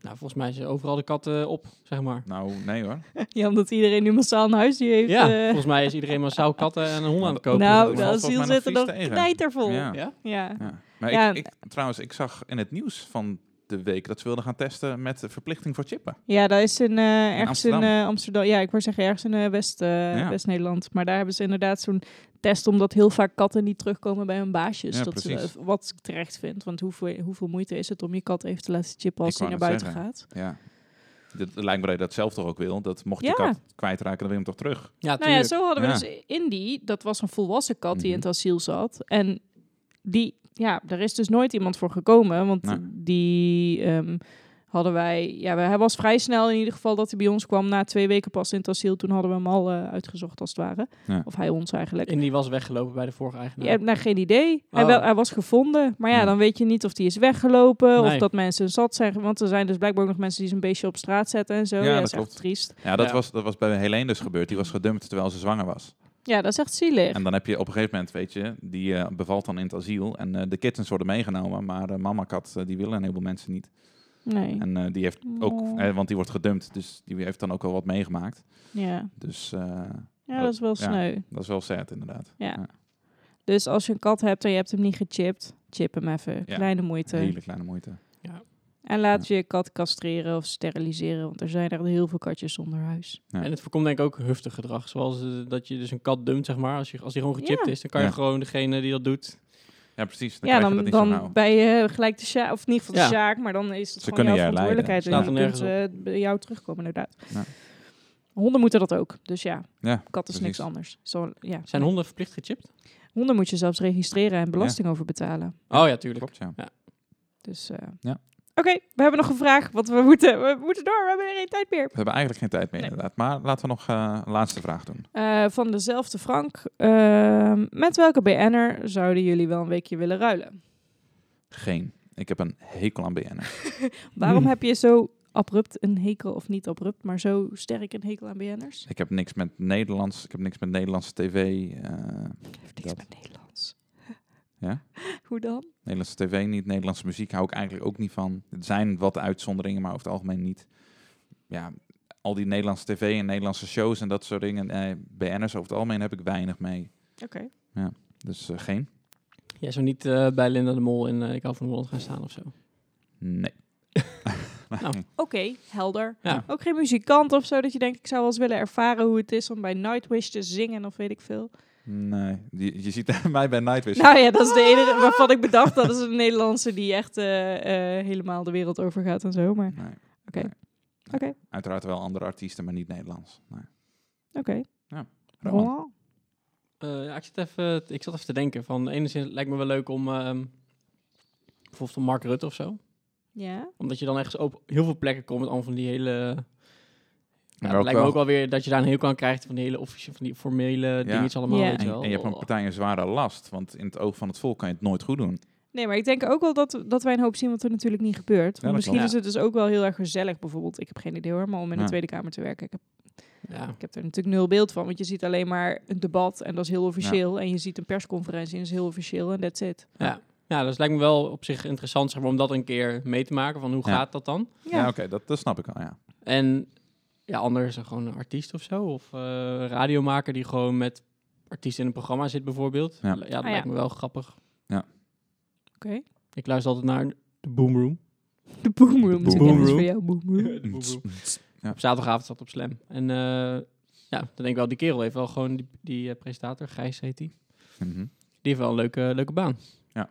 Nou, volgens mij zijn overal de katten op, zeg maar.
Nou, nee hoor.
Ja, omdat iedereen nu massaal een huisdier heeft.
Ja,
eh,
volgens mij is iedereen massaal katten en een hond aan het kopen.
nou,
dat
de
valt
asiel
volgens mij
zit
nog
er nog
vies tegen.
knijtervol. Oh, Ja.
Ja.
Ja?
Ja.
Ja. Maar
Ja,
Ik, ik, trouwens, ik zag in het nieuws van de week dat ze wilden gaan testen met de verplichting voor chippen.
dat is in, eh, ergens in,
Amsterdam.
eh, Amsterdam. Ja, ik wou zeggen ergens in eh, West, eh,
Ja.
West-Nederland. Maar daar hebben ze inderdaad zo'n test, omdat heel vaak katten niet terugkomen bij hun baasjes.
Ja,
dat ze-
precies.
wat ik terecht vind, want hoeveel, hoeveel moeite is het om je kat even te laten chippen als
Ik
hij naar
wou
buiten
net
gaat?
Ja. Dit lijkt me dat je dat zelf toch ook wil. Dat mocht je
Ja.
kat kwijtraken, dan wil je hem toch terug.
Ja,
Nou ja,
tuurlijk.
zo hadden we
Ja.
dus Indy, dat was een volwassen kat die in
Mhm.
het asiel zat. En die, ja, daar is dus nooit iemand voor gekomen, want
Nee.
die ehm, hadden wij, ja, wij- hij was vrij snel in ieder geval dat hij bij ons kwam. Na twee weken pas in het asiel, toen hadden we hem al eh, uitgezocht als het ware.
Ja.
Of hij ons eigenlijk.
En die was weggelopen bij de vorige eigenaar.
Ja, nou, geen idee. Hij,
Oh.
wel, hij was gevonden. Maar ja,
Ja.
dan weet je niet of die is weggelopen. Of
Nee.
dat mensen zat zijn. Want er zijn dus blijkbaar ook nog mensen die zijn beestje op straat zetten en zo. Ja,
Ja,
dat
dat
is echt
klopt.
triest.
Ja, dat,
Ja.
Was, dat was bij Helene dus gebeurd. Die was gedumpt terwijl ze zwanger was.
Ja, dat is echt zielig.
En dan heb je op een gegeven moment, weet je, die eh, bevalt dan in het asiel. En eh, de kittens worden meegenomen, maar eh, mama kat, eh, die willen een heleboel mensen niet.
Nee.
En eh, die heeft ook,
Oh.
eh, want die wordt gedumpt, dus die heeft dan ook wel wat meegemaakt.
Ja.
Dus eh,
ja, dat is wel
Ja.
sneu.
dat is wel sad inderdaad.
Dus als je een kat hebt en je hebt hem niet gechipt, chip hem even.
Ja.
Kleine moeite.
Hele kleine moeite.
En laat je kat castreren of steriliseren, want er zijn echt heel veel katjes zonder huis.
Ja.
En het voorkomt denk ik ook heftig gedrag. Zoals eh, dat je dus een kat dumpt, zeg maar. Als, je, als die gewoon gechipt
Ja.
is, dan kan je
Ja.
gewoon degene die dat doet.
Ja, precies. Dan
ja,
krijg
dan,
je dat niet
dan
zo nauw.
ben je eh, gelijk de sjaak, of in ieder geval de
Ja.
sjaak, maar dan is het
Ze
gewoon
kunnen
jouw
jou leiden.
verantwoordelijkheid.
Staat
en
er
je kunt
nergens
eh, bij jou terugkomen, inderdaad.
Ja.
Honden moeten dat ook, dus ja,
Ja,
kat is niks
precies.
anders. Zo, ja.
Zijn honden verplicht gechipt?
honden moet je zelfs registreren en belasting over betalen.
Oh ja, tuurlijk.
Klopt, ja.
Dus Dus eh,
Ja.
Oké, we hebben nog een vraag, want we moeten, we moeten door. We hebben geen tijd meer.
We hebben eigenlijk geen tijd meer
Nee.
inderdaad. Maar laten we nog eh, een laatste vraag doen.
Eh, van dezelfde Frank. Ehm, met welke BN'er zouden jullie wel een weekje willen ruilen?
Geen. Ik heb een hekel aan BN'ers.
Waarom
Hmm.
heb je zo abrupt een hekel, of niet abrupt, maar zo sterk een hekel aan BN'ers?
Ik heb niks met Nederlands. Ik heb niks met Nederlandse tv. eh,
Ik heb niks
Dat.
met Nederlands.
Ja?
Hoe dan?
Nederlandse tv niet. Nederlandse muziek hou ik eigenlijk ook niet van. Het zijn wat uitzonderingen, maar over het algemeen niet. Ja, al die Nederlandse tv en Nederlandse shows en dat soort dingen. Eh, BN'ers over het algemeen heb ik weinig mee.
Oké.
Dus eh, geen.
Jij zou niet eh, bij Linda de Mol in eh, Ik hou van Holland gaan staan of zo.
Nee.
Oké, helder.
Ja.
Ook geen muzikant of zo, dat je denkt, ik zou wel eens willen ervaren hoe het is om bij Nightwish te zingen of weet ik veel.
Nee. Je, je ziet mij bij Nightwish.
Nou ja, dat is de enige waarvan ik bedacht, dat is een Nederlandse die echt eh, eh, helemaal de wereld overgaat en zo. Maar
Nee.
Oké.
Nee.
oké,
Uiteraard wel andere artiesten, maar niet Nederlands. Nee.
oké.
Roman.
Roland?
Eh, ja, ik, zit even, ik zat even te denken van enigszins lijkt me wel leuk om ehm, bijvoorbeeld om Mark Rutte of zo.
Ja?
Omdat je dan ergens op heel veel plekken komt met allemaal van die hele... Ja,
Maar
het
ook
lijkt me
wel-
ook wel weer dat je daar een heel aan krijgt van die hele officiële, van die formele dingetjes allemaal,
Ja.
weet
En,
je wel.
en je hebt een partij een zware last, want in het oog van het volk kan je het nooit goed doen.
Nee, maar ik denk ook wel dat, dat wij een hoop zien wat er natuurlijk niet gebeurt. Want
dat
misschien
klopt.
is het dus ook wel heel erg gezellig bijvoorbeeld. Ik heb geen idee hoor, maar om in de
Ja.
Tweede Kamer te werken. Ik heb,
Ja.
ik heb er natuurlijk nul beeld van, want je ziet alleen maar een debat en dat is heel officieel. En je ziet een persconferentie en dat is heel officieel en that's it.
ja, dus lijkt me wel op zich interessant zeg maar, om dat een keer mee te maken van hoe
Ja.
gaat dat dan.
Ja, oké, dat, dat snap ik wel, ja.
En ja, anders dan gewoon een artiest of zo of eh, radiomaker die gewoon met artiesten in een programma zit bijvoorbeeld.
Ja.
Ja, dat
Ah, ja.
lijkt me wel grappig.
Oké.
Ik luister altijd naar de Boomroom.
De boomroom. Dus
De
is
boomroom.
voor jou, boomroom.
Ja.
Op zaterdagavond zat op Slam. En eh, ja, dan denk ik wel, die kerel heeft wel gewoon die, die eh, presentator, Gijs heet die.
Mhm.
Die heeft wel een leuke, leuke baan.
Ja.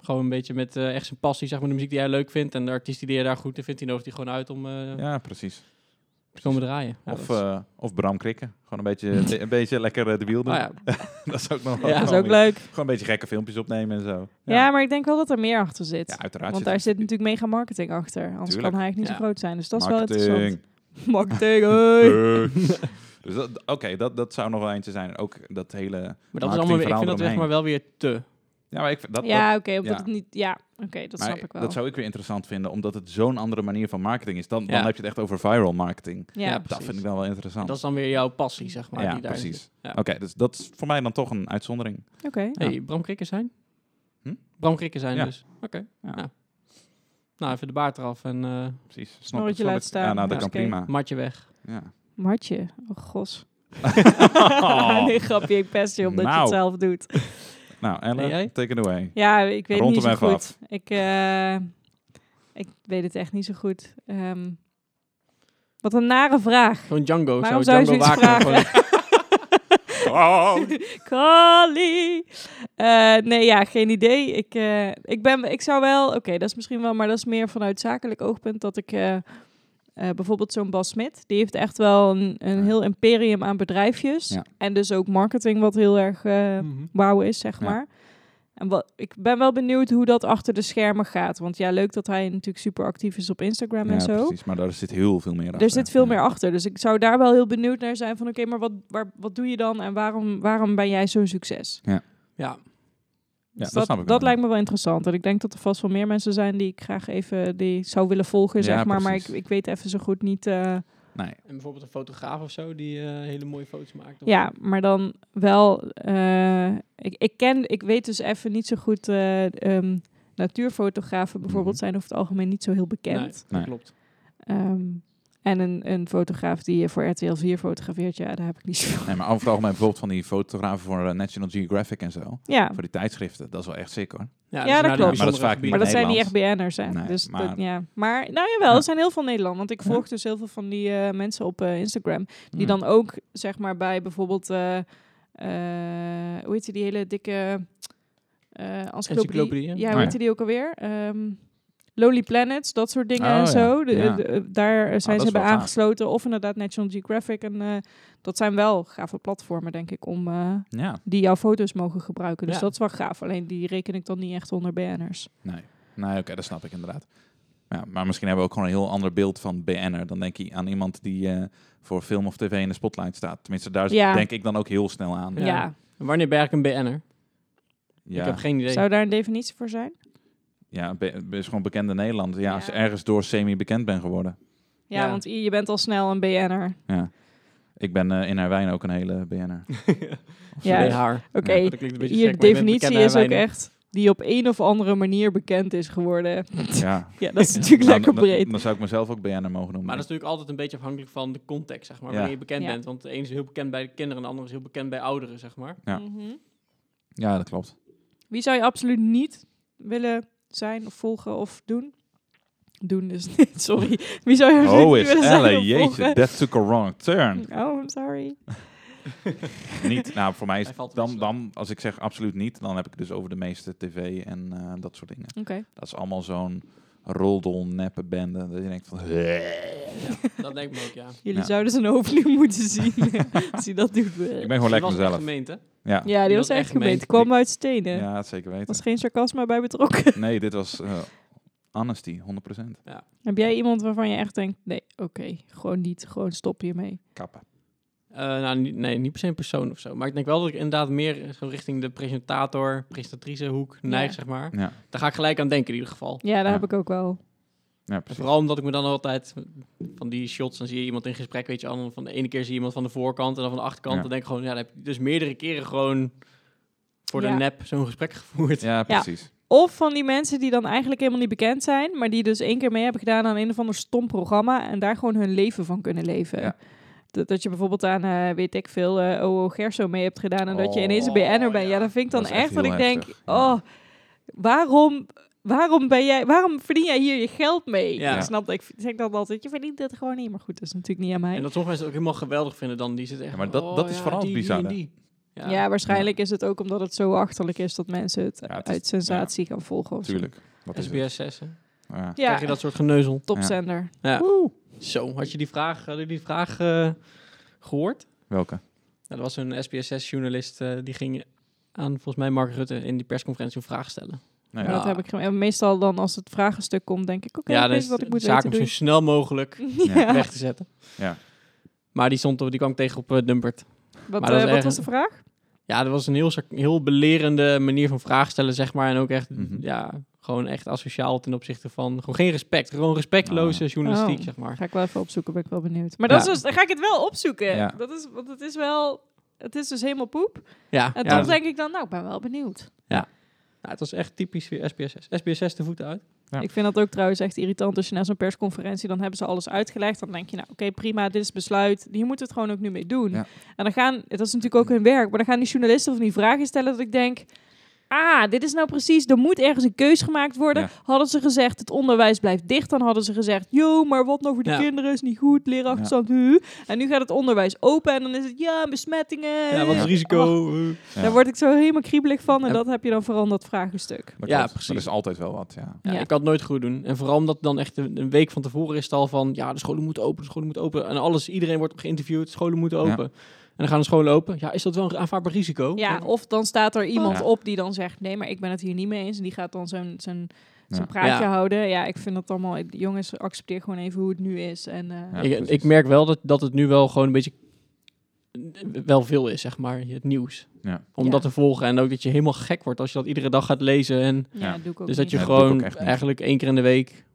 Gewoon een beetje met eh, echt zijn passie, zeg maar, de muziek die hij leuk vindt. En de artiesten die hij daar goed in vindt, die nodigt hij gewoon uit om eh,
Ja, precies.
te komen draaien. Ja,
Of,
dat is-
eh, of Bram Krikken. Gewoon een beetje, een beetje lekker eh, de wiel doen.
Ah ja,
dat is ook nog
Ja,
wel
Oh Dat is
gewoon
ook leuk.
weer- Gewoon een beetje gekke filmpjes opnemen en zo.
Ja. maar ik denk wel dat er meer achter zit.
Ja, uiteraard.
Want daar zit natuurlijk mega marketing achter. Anders
Tuurlijk.
kan hij echt niet zo
Ja.
groot zijn. Dus dat is wel
marketing.
interessant. Marketing, hoi.
Eh. Dus dat- oké, dat, dat zou nog wel eentje zijn. Ook dat hele...
maar dat is allemaal weer, ik
verhaal
vind dat zeg
eromheen.
maar wel weer te.
Ja, maar ik, dat,
ja, oké, omdat
ja.
het niet... Ja, oké, dat
Maar
snap ik wel.
Dat zou ik weer interessant vinden, omdat het zo'n andere manier van marketing is. Dan, dan
Ja.
heb je het echt over viral marketing.
ja.
Ja.
Dat
Precies.
vind ik dan wel interessant.
Dat is dan weer jouw passie, zeg maar.
ja,
die daar
precies.
Ja.
Oké, dus dat is voor mij dan toch een uitzondering.
oké.
Hey, Bram Krikken zijn?
Hm?
Bram Krikken zijn
Ja.
dus. Oké.
Ja.
Nou. nou, even de baard eraf en eh
Precies. Snap-
Snorretje
snap
laat
ik.
staan.
Ja, nou, dat
Ja,
kan
oké.
prima.
matje weg.
Ja.
Martje, oh gos. nee, grapje, ik pest je omdat je
Nou.
het zelf doet.
Nou,
En
Ellen,
jij?
take it away.
Ja, ik weet
Rond
niet
hem
zo
even
goed.
af.
Ik, eh, ik weet het echt niet zo goed. Ehm, wat een nare vraag.
Gewoon Django.
Waarom zou
zou
je
Django
zoiets
Wagner
vragen?
gewoon-
Oh.
Kali. Eh, nee, ja, geen idee. Ik, eh, ik, ben, ik zou wel, oké, dat is misschien wel, maar dat is meer vanuit zakelijk oogpunt dat ik eh, eh, bijvoorbeeld zo'n Bas Smit, die heeft echt wel een, een
Ja.
heel imperium aan bedrijfjes
Ja.
en dus ook marketing wat heel erg eh
Mhm.
wauw is, zeg
Ja.
maar. En wat, ik ben wel benieuwd hoe dat achter de schermen gaat. Want ja, leuk dat hij natuurlijk super actief is op Instagram
Ja,
en zo.
precies. Maar daar zit heel veel meer achter.
Er zit veel
Ja.
meer achter. Dus ik zou daar wel heel benieuwd naar zijn van... oké, maar wat, waar, wat doe je dan en waarom, waarom ben jij zo'n succes?
Ja.
Ja,
Dus
dat snap ik wel,
dat
ja.
lijkt me wel interessant. En ik denk dat er vast wel meer mensen zijn die ik graag even die ik zou willen volgen,
Ja,
zeg maar. Maar ik,
precies.
ik weet even zo goed niet... eh,
Nee,
En bijvoorbeeld een fotograaf of zo die eh, hele mooie foto's maakt. of-
ja, maar dan wel... eh, ik, ik ken... Ik weet dus even niet zo goed... eh, ehm, natuurfotografen bijvoorbeeld
Mhm.
zijn over het algemeen niet zo heel bekend.
Nee,
Nee.
dat klopt.
Ehm, en een, een fotograaf die eh, voor RTL 4 fotografeert, ja, daar heb ik niet zoveel.
nee, maar over het algemeen bijvoorbeeld van die fotografen voor eh, National Geographic en zo.
Ja,
Voor die tijdschriften. Dat is wel echt sick hoor.
Ja, dus
dat
nou, naar de
klopt.
Maar dat
bijzondere
is vaak niet
gebieden.
Maar dat zijn niet echt
Nederland.
BN'ers, hè?
Nee,
dus dat,
maar-
ja. maar nou jawel,
Ja.
er zijn heel veel Nederland. Want ik
Ja.
volg dus heel veel van die eh, mensen op eh, Instagram. Die
Hmm.
dan ook, zeg maar, bij bijvoorbeeld... eh, eh, hoe heet die, die hele dikke eh encyclopedie?
Encyclopedie, hè?
Ja,
Oh,
hoe
ja.
heet die ook alweer? Ehm Lonely Planets, dat soort dingen
Oh,
en
ja.
zo. De-
Ja. Oh,
de- eh, daar eh, zijn
dat
ze
is
bij
wel gaaf.
aangesloten. Of inderdaad National Geographic. En eh, dat zijn wel gave platformen, denk ik, om... eh,
Ja,
die jouw foto's mogen gebruiken. Dus
Ja.
dat is wel gaaf. Alleen die reken ik dan niet echt onder BN'ers.
nee. Nee, oké, dat snap ik inderdaad. Ja, maar misschien hebben we ook gewoon een heel ander beeld van BN'er. Dan denk je aan iemand die eh, voor film of tv in de spotlight staat. Tenminste, daar
Ja.
denk ik dan ook heel snel aan.
Ja.
Ja. Wanneer ben ik een BN'er?
Ja.
Ik heb geen idee.
Zou daar een definitie voor zijn?
Ja, be- is gewoon bekende Nederlander. Ja, als je
Ja.
ergens door semi-bekend bent geworden.
Ja,
Ja.
want i- je bent al snel een BN'er.
Ja. Ik ben eh, in Herwijn ook een hele BN'er. Of
Ja.
zoiets.
Geen haar.
Oké,
Ja,
Dat klinkt
je
een beetje gek, maar je bent
definitie
bekend
is ook
bij
echt die op een of andere manier bekend is geworden.
ja.
Ja, dat is natuurlijk
Nou,
lekker
dan- dan-
breed.
Dan zou ik mezelf ook BN'er mogen noemen.
Maar dat is natuurlijk altijd een beetje afhankelijk van de context, zeg maar,
Ja.
wanneer je bekend
Ja.
bent. Want de een is heel bekend bij de kinderen en de ander is heel bekend bij ouderen, zeg maar.
ja.
Mhm.
Ja, dat klopt.
Wie zou je absoluut niet willen zijn of volgen of doen? Doen dus niet, sorry. Wie zou je absoluut
Oh,
niet
is
willen zijn
Elle,
of
jeetje,
volgen?
that took a wrong turn.
Oh, I'm sorry.
niet, nou voor mij is
Hij valt te
dan,
wisselen.
dan, als ik zeg absoluut niet, dan heb ik het dus over de meeste tv en eh, dat soort dingen.
Oké.
Dat is allemaal zo'n roldol neppe bende. Dat je denkt van...
Dat denk ik me ook, ja.
Jullie
Ja.
zouden zijn hoofd nu moeten zien. Als hij dat doet.
Ik ben
Die
gewoon lekker
was echt
mezelf.
gemeend, hè?
Ja.
Ja, die
Die
was
was
echt
echt gemeen.
gemeend. Kwam uit stenen.
ja, dat zeker
Er was
weten.
geen sarcasme bij betrokken.
Nee, dit was eh honesty, 100%.
Heb jij iemand waarvan je echt denkt, nee, oké, gewoon niet. Gewoon stop hiermee.
Kappen.
Eh, nou, niet- nee, niet per se een persoon of zo. Maar ik denk wel dat ik inderdaad meer zo richting de presentator, presentatrice hoek neig,
Ja.
zeg maar.
Ja,
Daar ga ik gelijk aan denken in ieder geval.
Ja, daar
Ja.
heb ik ook wel.
ja
En
precies.
vooral omdat ik me dan altijd van die shots, dan zie je iemand in gesprek, weet je, al, dan van de ene keer zie je iemand van de voorkant en dan van de achterkant.
Ja.
Dan denk ik gewoon, ja, dan heb je dus meerdere keren gewoon voor
Ja.
de nep zo'n gesprek gevoerd.
Ja, precies.
Of van die mensen die dan eigenlijk helemaal niet bekend zijn, maar die dus één keer mee hebben gedaan aan een of ander stom programma en daar gewoon hun leven van kunnen leven.
Ja.
Dat, dat je bijvoorbeeld aan, eh, weet ik veel, eh OO Gerso mee hebt gedaan en dat je ineens een
Oh,
BN'er bent. Ja.
ja.
dat vind ik dan
Dat is
echt
echt
dat
heel
ik denk,
heftig, ja.
oh, waarom, waarom, ben jij, waarom verdien jij hier je geld mee?
Ja.
Ik snap dat, ik zeg dan altijd, je verdient dit gewoon niet, maar goed, dat is natuurlijk niet aan mij.
En dat sommige mensen het ook helemaal geweldig vinden dan. Die zitten echt
Ja, maar
van,
dat-
oh,
dat is
ja,
vooral
die, die
bizar,
en
hè?
die. Ja,
ja, waarschijnlijk is het ook omdat het zo achterlijk is dat mensen het,
Ja, het is-
uit sensatie gaan volgen. Of zo.
Tuurlijk. Wat is het?
SBS 6, hè?
Ja.
Krijg je
Ja,
dat soort geneuzel?
topzender.
Ja.
Woe.
Zo, had je die vraag, had je die vraag eh, gehoord?
Welke?
Nou, er was een SBS6-journalist eh, die ging aan, volgens mij, Mark Rutte in die persconferentie een vraag stellen.
Nou
En
ja.
Dat heb ik gem- en meestal dan als het vragenstuk komt, denk ik, oké, ik
dan
weet
is
wat
het
ik moet
zaak
weten
om zo
doen.
snel mogelijk
Ja.
weg te zetten.
Ja.
Maar die, stond, op- die kwam ik tegen op eh, Dumpert.
Wat,
Maar dat
eh,
is
wat
erg.
was de vraag?
Ja, dat was een heel, sarc- heel belerende manier van vraag stellen, zeg maar. En ook echt,
Mhm.
ja, gewoon echt asociaal ten opzichte van... Gewoon geen respect, gewoon respectloze
Ah.
journalistiek,
Oh.
zeg maar.
Ga ik wel even opzoeken, ben ik wel benieuwd. Maar dat is
Ja.
dus, dan ga ik het wel opzoeken.
Ja.
Dat is, want het is wel, het is dus helemaal poep.
Ja,
En
ja,
toch denk ik dan, nou, ik ben wel benieuwd.
ja, het was echt typisch weer SBS6. SBS6 de voeten uit.
Ja.
Ik vind dat ook trouwens echt irritant als je naar zo'n persconferentie, dan hebben ze alles uitgelegd. Dan denk je, nou, oké, prima, dit is het besluit. Hier moeten we het gewoon ook nu mee doen.
Ja.
En dan gaan, dat is natuurlijk ook hun werk, maar dan gaan die journalisten van die vragen stellen dat ik denk... Ah, dit is nou precies, er moet ergens een keus gemaakt worden.
Ja.
Hadden ze gezegd, het onderwijs blijft dicht, dan hadden ze gezegd... Yo, maar wat nou voor de
Ja.
kinderen is niet goed, leerachterstand. huh." En nu gaat het onderwijs open en dan is het, ja, besmettingen.
Ja, wat is het
Oh,
risico? Eh.
daar word ik zo helemaal kriebelig van en
Ja.
dat heb je dan veranderd vragenstuk.
Dat
Ja,
klopt.
precies.
Maar Er is altijd wel wat, ja.
Ja,
Ja.
Ik kan het nooit goed doen. En vooral omdat het dan echt een een week van tevoren is het al van... Ja, de scholen moeten open, de scholen moeten open. En alles, iedereen wordt geïnterviewd, scholen moeten
Ja.
open. En dan gaan de scholen open. Ja, is dat wel een aanvaardbaar risico?
Ja, of dan staat er iemand
Ja.
op die dan zegt: nee, maar ik ben het hier niet mee eens. En die gaat dan zo'n zo'n zo'n
Ja.
praatje
Ja.
houden. Ja, ik vind dat allemaal. Jongens, accepteer gewoon even hoe het nu is. En eh,
Ja,
ik,
precies.
ik merk wel dat, dat het nu wel gewoon een beetje... Wel veel is, zeg maar, het nieuws.
Ja.
Om
Ja.
dat te volgen. En ook dat je helemaal gek wordt als je dat iedere dag gaat lezen. En
ja,
Ja.
doe ik ook.
dus dat je
niet.
Ja, dat doe ik
gewoon
ook echt niet.
eigenlijk één keer in de week...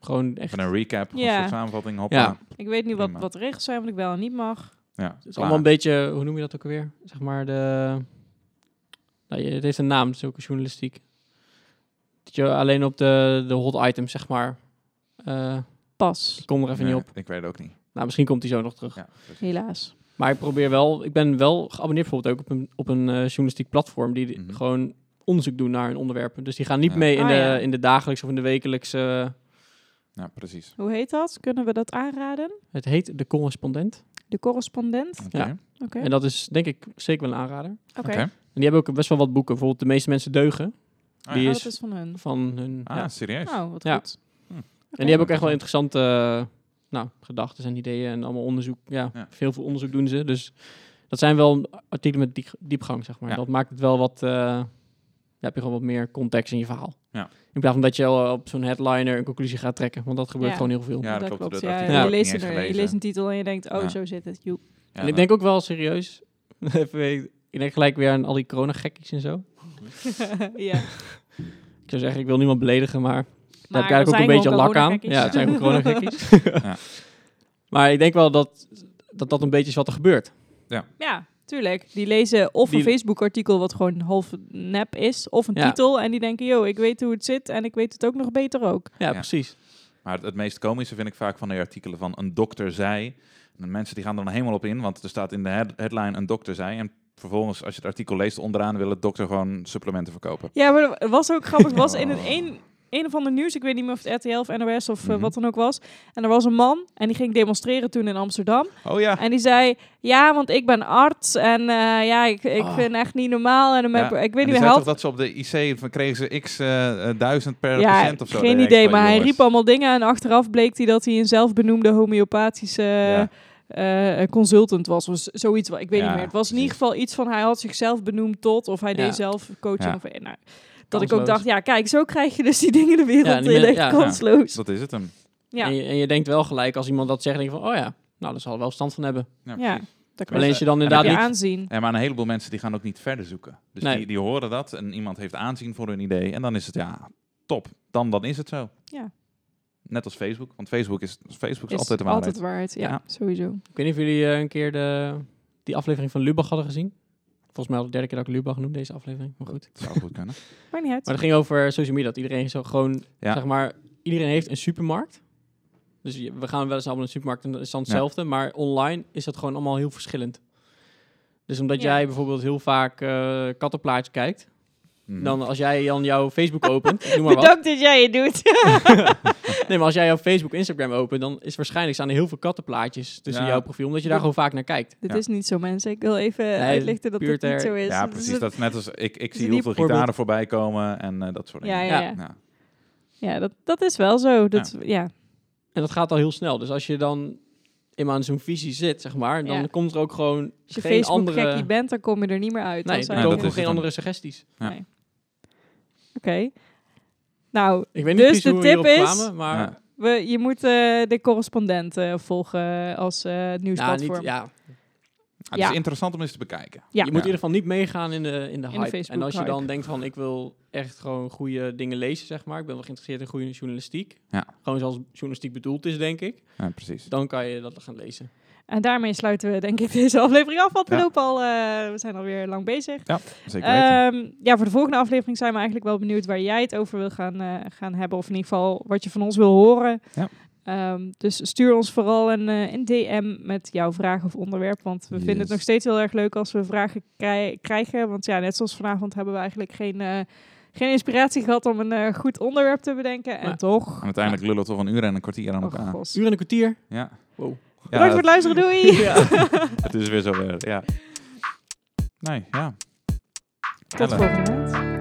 Gewoon echt...
Even een recap,
Ja.
een soort samenvatting, hoppa.
Ja.
Ik weet nu wat,
Prima.
wat de regels zijn, wat ik wel en niet mag.
Ja,
Het is
klaar.
allemaal een beetje, hoe noem je dat ook alweer? Zeg maar de. Nou, je- het heeft een naam, zulke journalistiek. Dat je alleen op de, de hot items, zeg maar. eh,
Pas,
ik kom er even
Nee,
niet op.
Ik weet het ook niet.
Nou, misschien komt hij zo nog terug.
Ja, precies.
helaas.
Maar ik probeer wel, ik ben wel geabonneerd bijvoorbeeld ook op een, op een eh, journalistiek platform die
Mhm.
gewoon onderzoek doen naar hun onderwerpen. Dus die gaan niet
Ja.
mee in,
Ah,
de,
ja.
in de dagelijkse of in de wekelijkse.
Ja, precies.
Hoe heet dat? Kunnen we dat aanraden?
Het heet De Correspondent.
De correspondent.
Oké. Ah,
Ja.
Oké.
En dat is denk ik zeker wel een aanrader.
Oké. Oh,
oké.
En die hebben ook best wel wat boeken. Bijvoorbeeld De meeste mensen deugen.
ja.
die
Oh,
is
dat is van hun.
van hun.
Ah,
ja.
serieus?
Nou, wat
Ja.
goed.
En die hebben ook echt wel interessante eh, nou, gedachten en ideeën en allemaal onderzoek. Ja,
Ja.
veel veel onderzoek doen ze. Dus dat zijn wel artikelen met diep- diepgang, zeg maar.
Ja.
Dat maakt het wel wat, eh, heb je gewoon wat meer context in je verhaal.
Ja.
In plaats van dat je eh, op zo'n headliner een conclusie gaat trekken, want dat gebeurt
Ja.
gewoon heel veel.
Ja, dat klopt. Dat
ja,
artikel heb
Je,
ik
leest
niet eens
een, je
gelezen.
leest een titel en je denkt, oh,
Ja.
zo zit het. Joep.
Ja,
en ik
dan-
denk ook wel serieus, even, weer- ik denk gelijk weer aan al die coronagekkies en zo.
ja.
Ik zou zeggen, ik wil niemand beledigen, maar
Maar
Daar heb ik
dat
eigenlijk ook
zijn
een beetje
gewoon
lak aan.
coronagekkies.
Ja, het zijn gewoon coronagekkies.
Ja.
Maar ik denk wel dat, dat dat een beetje is wat er gebeurt.
Ja, tuurlijk. Die lezen of
Die-
een Facebook-artikel wat gewoon half nep is, of een
Ja.
titel. En die denken, yo, ik weet hoe het zit en ik weet het ook nog beter ook.
Ja,
Ja.
precies.
Maar het, het meest komische vind ik vaak van de artikelen van een dokter zei. En de mensen die gaan er dan helemaal op in, want er staat in de head- headline een dokter zei. En vervolgens, als je het artikel leest onderaan, wil het dokter gewoon supplementen verkopen.
Ja, maar het was ook grappig. Er was in het
Oh.
een, een of ander nieuws, ik weet niet meer of het RTL of NOS of eh,
Mhm.
wat dan ook was. En er was een man en die ging demonstreren toen in Amsterdam.
Oh ja.
En die zei, ja, want ik ben arts en eh, ja, ik, ik
Ah.
vind echt niet normaal. En dan
Ja,
heb- ik
En
weet
die
niet
zei
meer,
toch
helpt.
dat ze op de IC van kregen ze x eh, eh, duizend per
Ja,
patiënt of zo. Dan
geen
denk ik
idee,
van,
maar hij
jongens.
riep allemaal dingen. En achteraf bleek hij dat hij een zelfbenoemde homeopathische...
Ja.
eh, eh, consultant was. was zoiets wat ik weet
Ja,
niet meer. Het was in ieder
precies.
geval iets van hij had zichzelf benoemd tot of hij
Ja.
deed zelf coaching
Ja.
of eh, nou, dat ik
Kansloos.
ook dacht ja kijk zo krijg je dus die dingen de wereld
Ja, die
in
men-
echt
ja.
Dus
kansloos.
dat is het hem.
Ja,
En,
ja,
je, en je denkt wel gelijk als iemand dat zegt, denk je van, oh ja, nou, daar zal er wel stand van hebben.
Ja, precies.
dat kan
Alleen als je dan
en
heb
inderdaad
je
niet...
aanzien.
Ja, maar een heleboel mensen die gaan ook niet verder zoeken. Dus
Nee.
die, die horen dat en iemand heeft aanzien voor hun idee. En dan is het, ja, top. Dan, dan is het zo.
Ja.
Net als Facebook. Want Facebook is, Facebook is,
Is
altijd de waarheid.
ja,
Ja.
sowieso.
Ik weet niet of jullie eh, een keer de, die aflevering van Lubach hadden gezien. Volgens mij al de derde keer dat ik Lubach noem, deze aflevering. Maar goed.
Dat zou goed kunnen.
Maar niet uit.
Maar het ging over social media, dat iedereen zo gewoon,
Ja.
zeg maar, iedereen heeft een supermarkt. Dus je- we gaan wel eens allemaal naar de supermarkt en dat is dan
Ja.
hetzelfde, maar online is dat gewoon allemaal heel verschillend. Dus omdat
Ja.
jij bijvoorbeeld heel vaak eh kattenplaatjes kijkt,
Mhm.
dan als jij dan jouw Facebook opent, ik noem maar wat.
Bedankt dat jij het doet.
Nee, maar als jij jouw Facebook, Instagram opent, dan is waarschijnlijk staan er heel veel kattenplaatjes tussen
Ja.
jouw profiel, omdat je daar
Ja.
gewoon vaak naar kijkt.
Dit
Ja.
is niet zo mensen. Ik wil even uitlichten dat
puur
dit niet
ter-
zo is. Dus
Ja,
Het is
precies.
een-
Dat is net als ik, ik zie
een
heel veel
voorbeeld.
gitaren voorbij komen en eh, dat soort
Ja,
dingen.
ja,
Ja.
ja. ja dat, dat is wel zo. Dat, ja.
En dat gaat al heel snel. Dus als je dan eenmaal in zo'n visie zit, zeg maar, dan
Ja.
komt er ook gewoon
Als je
geen
Facebook
andere...
gekkie bent, dan kom je er niet meer uit.
Nee,
Dan
er
zijn
Nee,
komen
we-
dat
gewoon
is het
geen andere
dan.
suggesties.
Oké. Nou,
Ik weet niet
Dus
precies
de
hoe we
tip
hierop
is-
kwamen, maar... Nou,
Ja.
we, je moet eh, de correspondent eh, volgen als eh
Ja, Nou, niet,
nieuwsplatform.
ja.
Ah, het
Ja.
is interessant om eens te bekijken.
Ja.
Je moet in ieder geval niet meegaan in de, in de
de
hype. en als je
Facebook-hype.
dan denkt van, ik wil echt gewoon goede dingen lezen, zeg maar. Ik ben wel geïnteresseerd in goede journalistiek.
Ja.
Gewoon zoals journalistiek bedoeld is, denk ik.
Ja, precies.
Dan kan je dat gaan lezen.
En daarmee sluiten we denk ik deze aflevering af. Want we
Ja.
lopen al, eh, we zijn alweer lang bezig.
Zeker weten.
Ehm, ja, voor de volgende aflevering zijn we eigenlijk wel benieuwd waar jij het over wil gaan, eh, gaan hebben. Of in ieder geval wat je van ons wil horen.
Ja.
Ehm, dus stuur ons vooral een, eh, een DM met jouw vraag of onderwerp. Want we vinden het
Yes.
nog steeds heel erg leuk als we vragen krij- krijgen. Want ja, net zoals vanavond hebben we eigenlijk geen, eh, geen inspiratie gehad om een eh, goed onderwerp te bedenken. En
Maar-
toch.
en uiteindelijk lullen we toch een uur en een kwartier aan
Oh,
elkaar.
gos.
Uur en een kwartier.
ja.
Wow.
Ja,
Bedankt voor het luisteren. Doei!
het, het is weer zo weer. Ja. Nee, ja.
Tot
Ellen.
volgende maand.